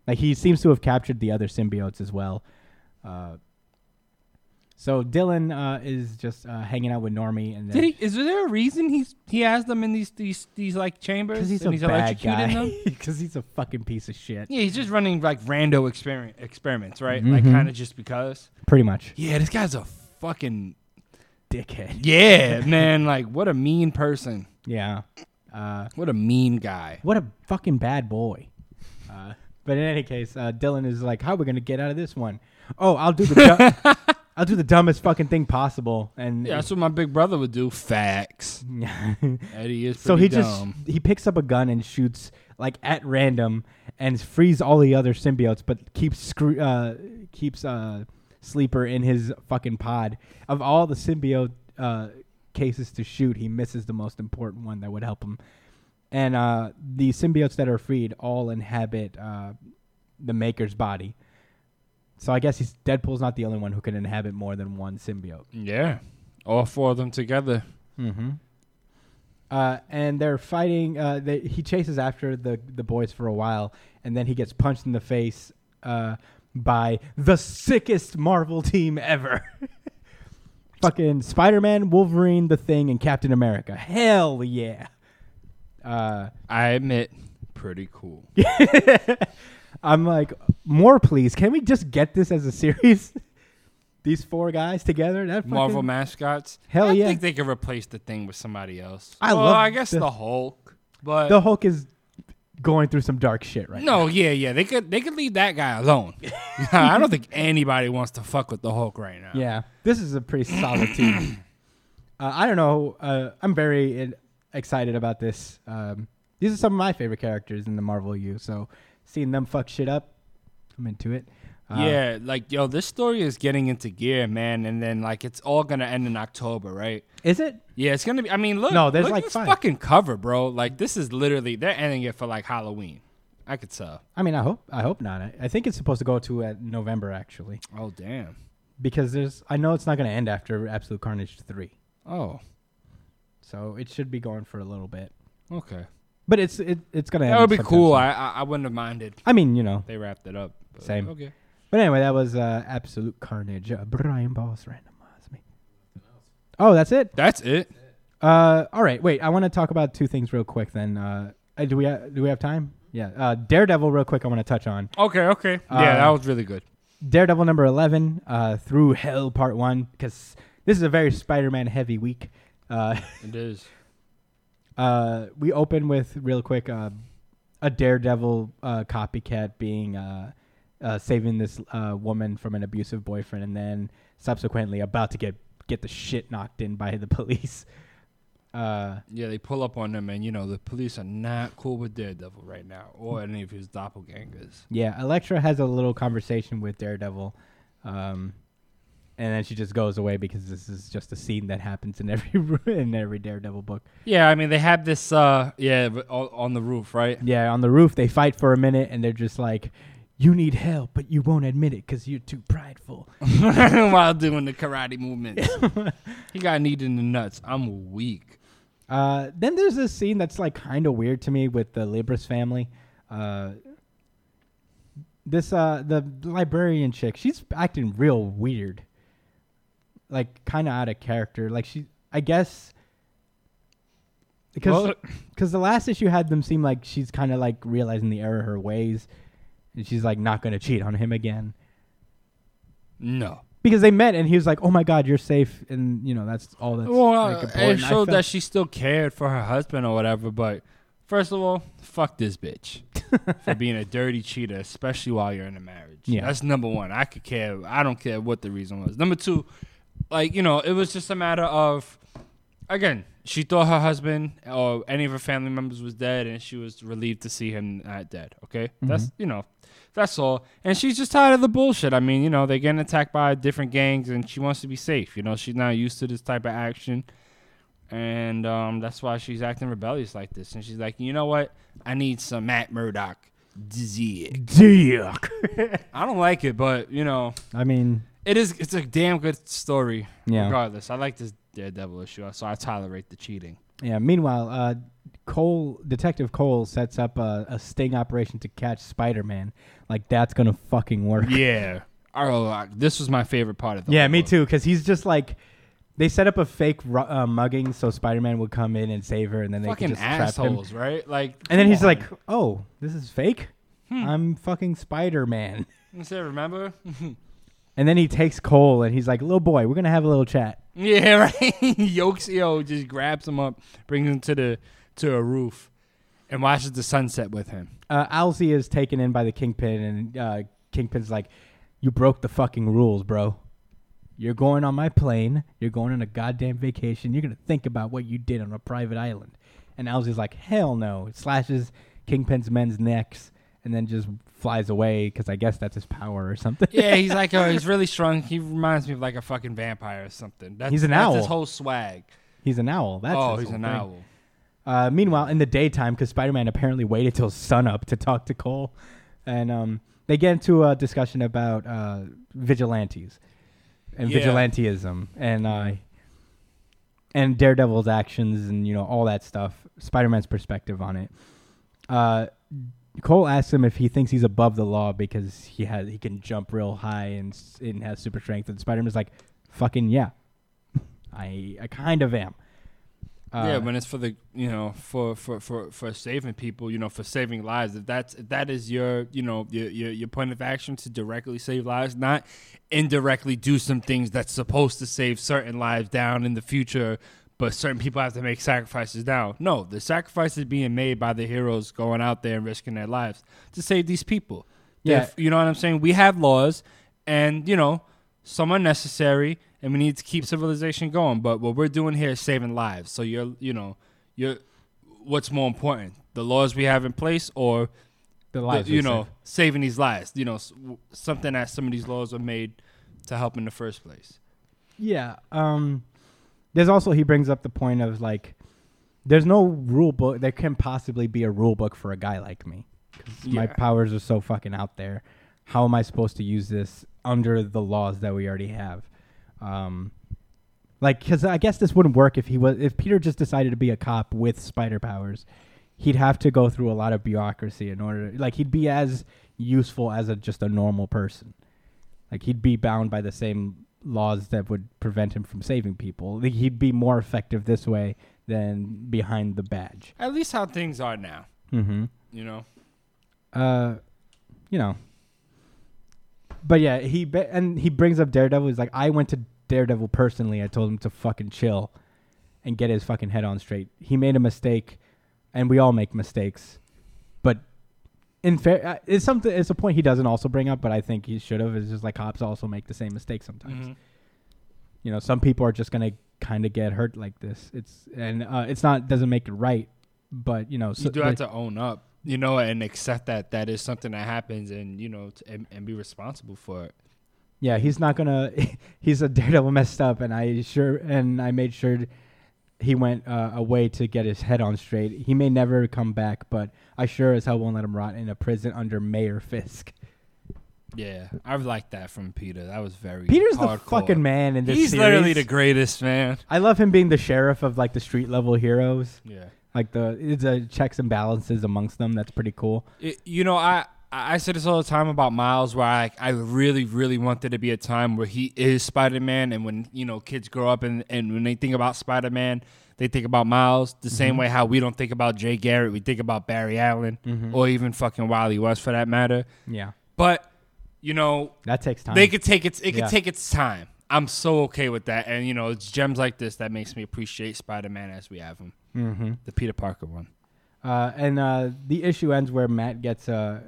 Like he seems to have captured the other symbiotes as well. Uh, so Dylan uh, is just uh, hanging out with Normie, and
Did
then
he? Is there a reason he's he has them in these these these like chambers?
because he's
and
a
he's
bad
electrocuting
guy,
[LAUGHS] them?
[LAUGHS] because he's a fucking piece of shit,
Yeah, he's just running like rando experiment experiments, right? Like kind of just because.
pretty much
Yeah, this guy's a fucking
dickhead.
yeah, man. Like, what a mean person.
Yeah, Uh,
What a mean guy.
what a fucking bad boy. Uh, [LAUGHS] but in any case, uh, Dylan is like, "How are we gonna get out of this one? Oh, I'll do the du- I'll do the dumbest fucking thing possible." And [LAUGHS]
Yeah, that's what my big brother would do. Facts. Eddie is
so
pretty
he
dumb.
just he picks up a gun and shoots like at random and frees all the other symbiotes, but keeps screw uh, keeps uh, sleeper in his fucking pod. Of all the symbiote uh, cases to shoot, he misses the most important one that would help him. And uh, the symbiotes that are freed all inhabit uh, the Maker's body. So I guess he's, Deadpool's not the only one who can inhabit more than one symbiote.
yeah, all four of them together.
uh, and they're fighting. Uh, they, he chases after the the boys for a while, and then he gets punched in the face uh, by the sickest Marvel [LAUGHS] team ever. Fucking Spider Man, Wolverine, The Thing, and Captain America. Hell yeah! Uh,
I admit, pretty cool.
I'm like, more please. Can we just get this as a series? [LAUGHS] These four guys together. That fucking,
Marvel mascots.
Hell
I
yeah.
think they could replace the thing with somebody else.
I
well,
love
I guess
the-
the, Hulk. But
The Hulk is going through some dark shit right now.
no, yeah, yeah, they could they could leave that
[LAUGHS]
guy alone. I don't think anybody wants to fuck with the Hulk right now.
Yeah, this is a pretty solid
[COUGHS]
team. Uh, I don't know. Uh, I'm very in- excited about this. Um, these are some of my favorite characters in the Marvel U. So seeing them fuck shit up, I'm into it. Uh,
yeah, like yo, this story is getting into gear, man, and then like it's all gonna end in October, right?
Is it?
Yeah, it's gonna be. I mean, look,
No, there's,
look at
like,
this
five.
fucking cover, bro. Like this is literally they're ending it for like Halloween. I could tell.
I mean, I hope. I hope not. I, I think it's supposed to go to uh, November actually,
Oh damn.
because there's. I know it's not going to end after Absolute Carnage three,
Oh
so it should be going for a little bit.
okay.
But it's it, it's going to.
That would be cool. I, I I wouldn't have minded.
I mean, you know.
They wrapped it up. but
Same.
Okay.
But anyway, that was uh, Absolute Carnage. Uh, Brian Balls randomized me. Oh, that's it.
That's it.
Uh, all right, wait. I want to talk about two things real quick. Then, uh, uh, do we ha- do we have time? Yeah. Uh, Daredevil, real quick. I want to touch on
Okay. Okay.
Uh,
yeah, that was really good.
Daredevil number eleven, uh, through Hell Part One, because this is a very Spider-Man heavy week. Uh,
It is.
uh, we open with real quick uh, a Daredevil uh, copycat being uh, uh, saving this uh, woman from an abusive boyfriend, and then subsequently about to get get the shit knocked in by the [LAUGHS] police. Uh,
Yeah, they pull up on them, and you know the police are not cool with Daredevil right now, or any of his doppelgangers.
Yeah, Elektra has a little conversation with Daredevil, um, and then she just goes away because this is just a scene that happens in every [LAUGHS] in every Daredevil book.
Yeah, I mean they have this. uh Yeah, but on, on the roof, right? [LAUGHS]
Yeah, on the roof they fight for a minute, and they're just like, "You need help, but you won't admit it because you're too prideful."
While doing the
[LAUGHS]
karate movements, he got kneed in the nuts. I'm weak.
Uh, then there's this scene that's like kind of weird to me with the Libris family. Uh, this uh, the librarian chick, she's acting real weird, like kind of out of character. Like she, I guess, because [LAUGHS]
Well-
because the last issue had them seem like she's kind of like realizing the error of her ways, and she's like not gonna cheat on him again
No.
because they met and he was like, "Oh my God, you're safe," and you know that's all that's
Well,
like,
uh, it
important. I
showed
felt-
that she still cared for her husband or whatever. But first of all, fuck this bitch for being a dirty cheater, especially while you're in a marriage.
Yeah.
that's number one. I could care. I don't care what the reason was. Number two, like you know, it was just a matter of Again, she thought her husband or any of her family members was dead, and she was relieved to see him not dead. Okay, that's you know, that's all. And she's just tired of the bullshit. I mean, you know, they're getting attacked by different gangs, and she wants to be safe. You know, she's not used to this type of action, and um, that's why she's acting rebellious like this. And she's like, you know what? I need some Matt Murdock disease.
Dick.
[LAUGHS] I don't like it, but you know,
I mean,
it is. It's a damn good story.
Yeah.
Regardless, I like this Daredevil issue, so I tolerate the cheating.
yeah. Meanwhile, uh, Cole, Detective Cole, sets up a, a sting operation to catch Spider-Man. Like that's gonna fucking work.
Yeah. Oh, uh, this was my favorite part of
[LAUGHS]
the.
Yeah,
whole
me
book.
too. Because he's just like they set up a fake ru- uh, mugging so Spider-Man would come in and save her, and then they could
Fucking
just trap him.
assholes, right? Like.
And then
come
he's
on. Hmm.
like, "Oh, this is fake. I'm fucking Spider-Man." [LAUGHS]
You say, "Remember?" [LAUGHS]
And then he takes Cole and he's like, "Little boy, we're gonna have a little chat."
yeah, right. [LAUGHS] Yokes, yo, just grabs him up, brings him to the to a roof, and watches the sunset with him.
Uh, Alzia is taken in by the Kingpin, and uh, Kingpin's like, "You broke the fucking rules, bro. You're going on my plane. You're going on a goddamn vacation. You're gonna think about what you did on a private island." And Alzia's like, "Hell no!" Slashes Kingpin's men's necks, and then just flies away because I guess that's his power or something.
Yeah, he's like, oh, he's really strong. He reminds me of like a fucking vampire or something. That's,
He's an
that's
owl.
His whole swag.
[LAUGHS] he's an owl. That's
oh,
his
he's
whole
an
thing.
owl.
Uh, meanwhile, in the daytime, because Spider-Man apparently waited till sunup to talk to Cole, and um, they get into a discussion about uh, vigilantes and
Yeah.
vigilantism, and uh, and Daredevil's actions, and you know all that stuff. Spider-Man's perspective on it. Uh, Cole asks him if he thinks he's above the law because he has he can jump real high and s- and has super strength, and Spider-Man's like, "Fucking yeah, [LAUGHS] I I kind of am." Uh,
yeah, when it's for the you know for for for for saving people, you know, for saving lives. If that's if that is your you know your your, your point of action to directly save lives, not indirectly do some things that's supposed to save certain lives down in the future. But certain people have to make sacrifices now. No, the sacrifices being made by the heroes going out there and risking their lives to save these people.
Yeah.
They're- you know what I'm saying? We have laws, and you know, some are necessary, and we need to keep civilization going. But what we're doing here is saving lives. So you're, you know, you're, what's more important, the laws we have in place, or
the
the-
lives
you
we
know,
save.
saving these lives? You know, s- w- something that some of these laws are made to help in the first place.
Yeah. Um there's also he brings up the point of like there's no rule book there can possibly be a rule book for a guy like me. 'Cause My
Yeah.
powers are so fucking out there. How am I supposed to use this under the laws that we already have? Um like cuz I guess this wouldn't work if he was if Peter just decided to be a cop with spider powers. He'd have to go through a lot of bureaucracy in order to, like he'd be as useful as a just a normal person. Like he'd be bound by the same laws that would prevent him from saving people. Like, he'd be more effective this way than behind the badge.
At least how things are now.
Mm-hmm.
You know,
Uh, you know. But yeah, he ba- and he brings up Daredevil. He's like, I went to Daredevil personally. I told him to fucking chill, and get his fucking head on straight. He made a mistake, and we all make mistakes. But in fair, uh, it's something. It's a point he doesn't also bring up, but I think he should have. Is just like cops also make the same mistake sometimes.
Mm-hmm.
you know some people are just gonna kind of get hurt like this it's and uh, it's not doesn't make it right but you know so,
you do have
like-
to own up. You know, and accept that that is something that happens, and you know, t- and, and be responsible for it.
yeah he's not gonna [LAUGHS] he's a daredevil messed up and i sure and i made sure he went uh, away to get his head on straight he may never come back but i sure as hell won't let him rot in a prison under mayor fisk
Yeah, I like that from Peter. That was very
peter's
hardcore.
the fucking man in this
He's literally
series.
the greatest man.
i love him being the sheriff of like the street level heroes
Yeah,
like the it's a checks and balances amongst them that's pretty cool
you know I. I I say this all the time about Miles, where I I really really want there to be a time where he is Spider Man, and when you know kids grow up and, and when they think about Spider Man, they think about Miles the same
Mm-hmm.
way how we don't think about Jay Garrett, we think about Barry Allen
Mm-hmm.
or even fucking Wally West for that matter.
yeah
But you know
that takes time
They could take its it
Yeah.
could take its time. I'm so okay with that. And you know, it's gems like this that makes me appreciate Spider Man as we have him. Mm-hmm. The Peter Parker one.
Uh, and uh, the issue ends where Matt gets uh,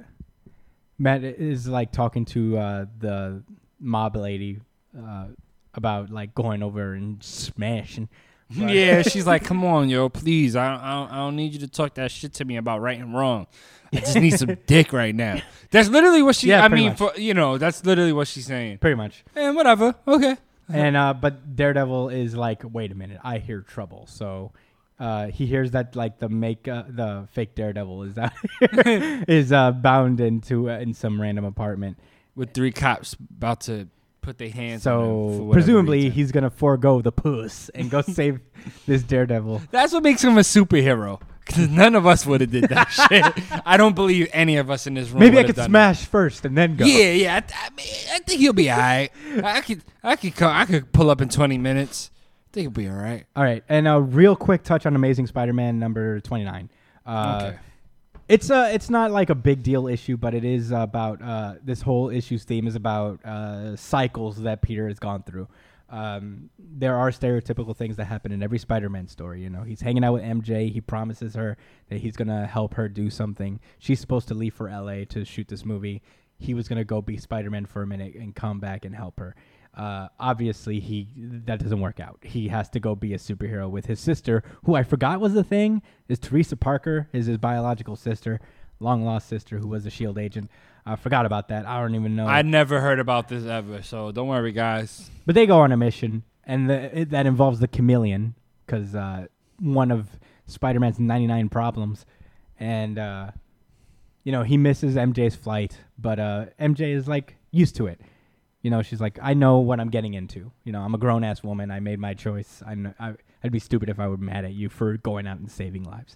Matt is like talking to uh, the mob lady uh, about like going over and smashing [LAUGHS]
Yeah, she's like, "Come on, yo, please. I don't, I don't, I don't need you to talk that shit to me about right and wrong. I just need
[LAUGHS]
some dick right now." That's literally what she.
Yeah,
I
pretty
mean,
much.
for, you know, that's literally what she's saying.
Pretty
[LAUGHS]
much.
And whatever. Okay.
and uh but daredevil is like wait a minute i hear trouble so uh he hears that like the make uh, the fake daredevil is out [LAUGHS] is uh bound into uh, in some random apartment
With three cops about to put their hands. on him for
so
whatever
presumably
reason.
he's gonna forego the puss and go [LAUGHS] save this daredevil
That's what makes him a superhero. 'Cause none of us would have did [LAUGHS] that shit. I don't believe any of us in this room.
maybe i could
would've done
smash first and then go
that. Yeah, yeah. I, th- I, mean, I think he'll be all right. I could, I could, co- I could pull up in twenty minutes. I think he'll be all right.
all right and a real quick touch on amazing spider-man number 29 uh
Okay.
It's uh, it's not like a big deal issue, but it is about uh, this whole issue's theme is about uh, cycles that Peter has gone through. Um, there are stereotypical things that happen in every Spider-Man story. You know, he's hanging out with MJ. He promises her that he's gonna help her do something. She's supposed to leave for LA to shoot this movie. He was gonna go be Spider-Man for a minute and come back and help her. Uh, obviously, he that doesn't work out. He has to go be a superhero with his sister, who I forgot was the thing. Is Teresa Parker is his biological sister, long lost sister who was a Shield agent. I forgot about that. I don't even know.
I never heard about this ever, so don't worry, guys.
But they go on a mission, and the, it, that involves the chameleon, because uh, one of Spider Man's 99 problems. And, uh, you know, he misses MJ's flight, but uh, MJ is like used to it. You know, she's like, I know what I'm getting into. You know, I'm a grown ass woman. I made my choice. I kn- I, I'd be stupid if I were mad at you for going out and saving lives.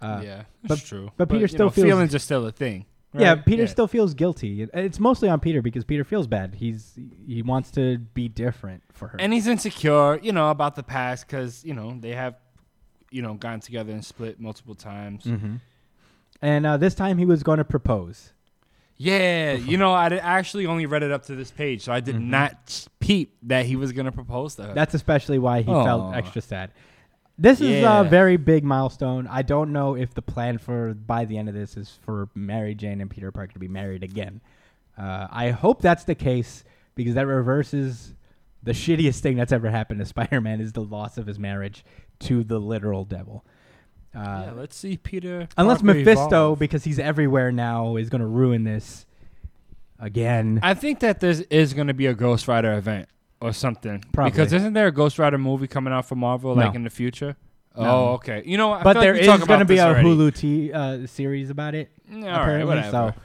Uh,
yeah,
but-
that's true.
but Peter
you
still
know,
feels-
feelings are still a thing. right?
Yeah, Peter still feels guilty. It- It's mostly on Peter because Peter feels bad. He's he wants to be different for her.
and he's insecure, you know, about the past because you know they have, you know, gotten together and split multiple times.
And uh, this time he was going to propose.
Yeah, you know, I di- I actually only read it up to this page, so I did not peep that he was gonna propose to her.
Mm-hmm. That's especially why he
Aw.
felt extra sad. This is
Yeah.
a very big milestone. I don't know if the plan for by the end of this is for Mary Jane and Peter Parker to be married again. Uh, I hope that's the case because that reverses the shittiest thing that's ever happened to [LAUGHS] Spider-Man is the loss of his marriage to the literal devil. Uh,
yeah, let's see, Peter.
unless
Parker
Mephisto,
evolve.
because he's everywhere now, is going to ruin this again.
I think that this is gonna be a Ghost Rider event or something.
Probably.
because isn't there a Ghost Rider movie coming out for Marvel
No.
like in the future?
No.
Oh, okay. You know, what? I
but
feel like
there
we
is
talked about
going to be
this
a
already.
Hulu t- uh, series about it.
Yeah,
apparently,
All right, whatever.
so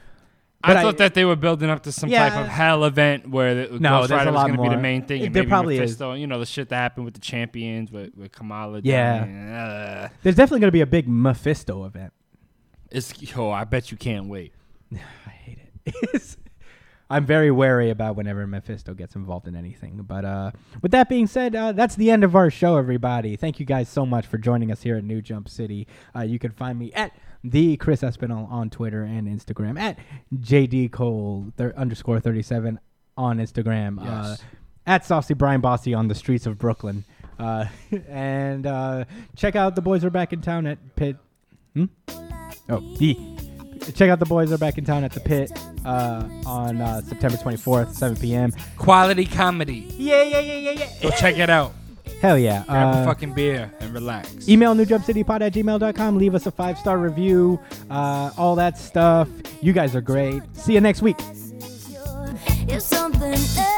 I
But I-
thought that they were building up to some
Yeah.
type of hell event where the
No, there's
Ghost
a
Rider was
lot
going to be the
more.
main thing.
It-
and
there
maybe
probably is.
Mephisto, You know, the shit that happened with the champions with, with Kamala.
Yeah.
dying, uh,
There's definitely going to be a big Mephisto event.
it's yo. I bet you can't wait.
[SIGHS] I hate it. [LAUGHS] It's- I'm very wary about whenever Mephisto gets involved in anything. But uh, with that being said, uh, that's the end of our show, everybody. Thank you guys so much for joining us here at New Jump City. Uh, you can find me at the Chris Espinal on Twitter and Instagram at jdcole thir- underscore thirty seven on Instagram. Uh,
Yes.
at Saucy Brian Bossy on the streets of Brooklyn. Uh, [LAUGHS] and uh, check out the boys are back in town at Pitt. Hmm? Oh, the. Check out the boys are back in town at the pit uh, on uh, September 24th, 7 p.m.
Quality comedy.
Yeah, yeah, yeah, yeah, yeah.
Go check it out.
Hell yeah.
Grab a
Uh,
fucking beer and relax.
email newjumpcitypod at gmail.com. Leave us a five star review, uh, all that stuff. You guys are great. See you next week.
If something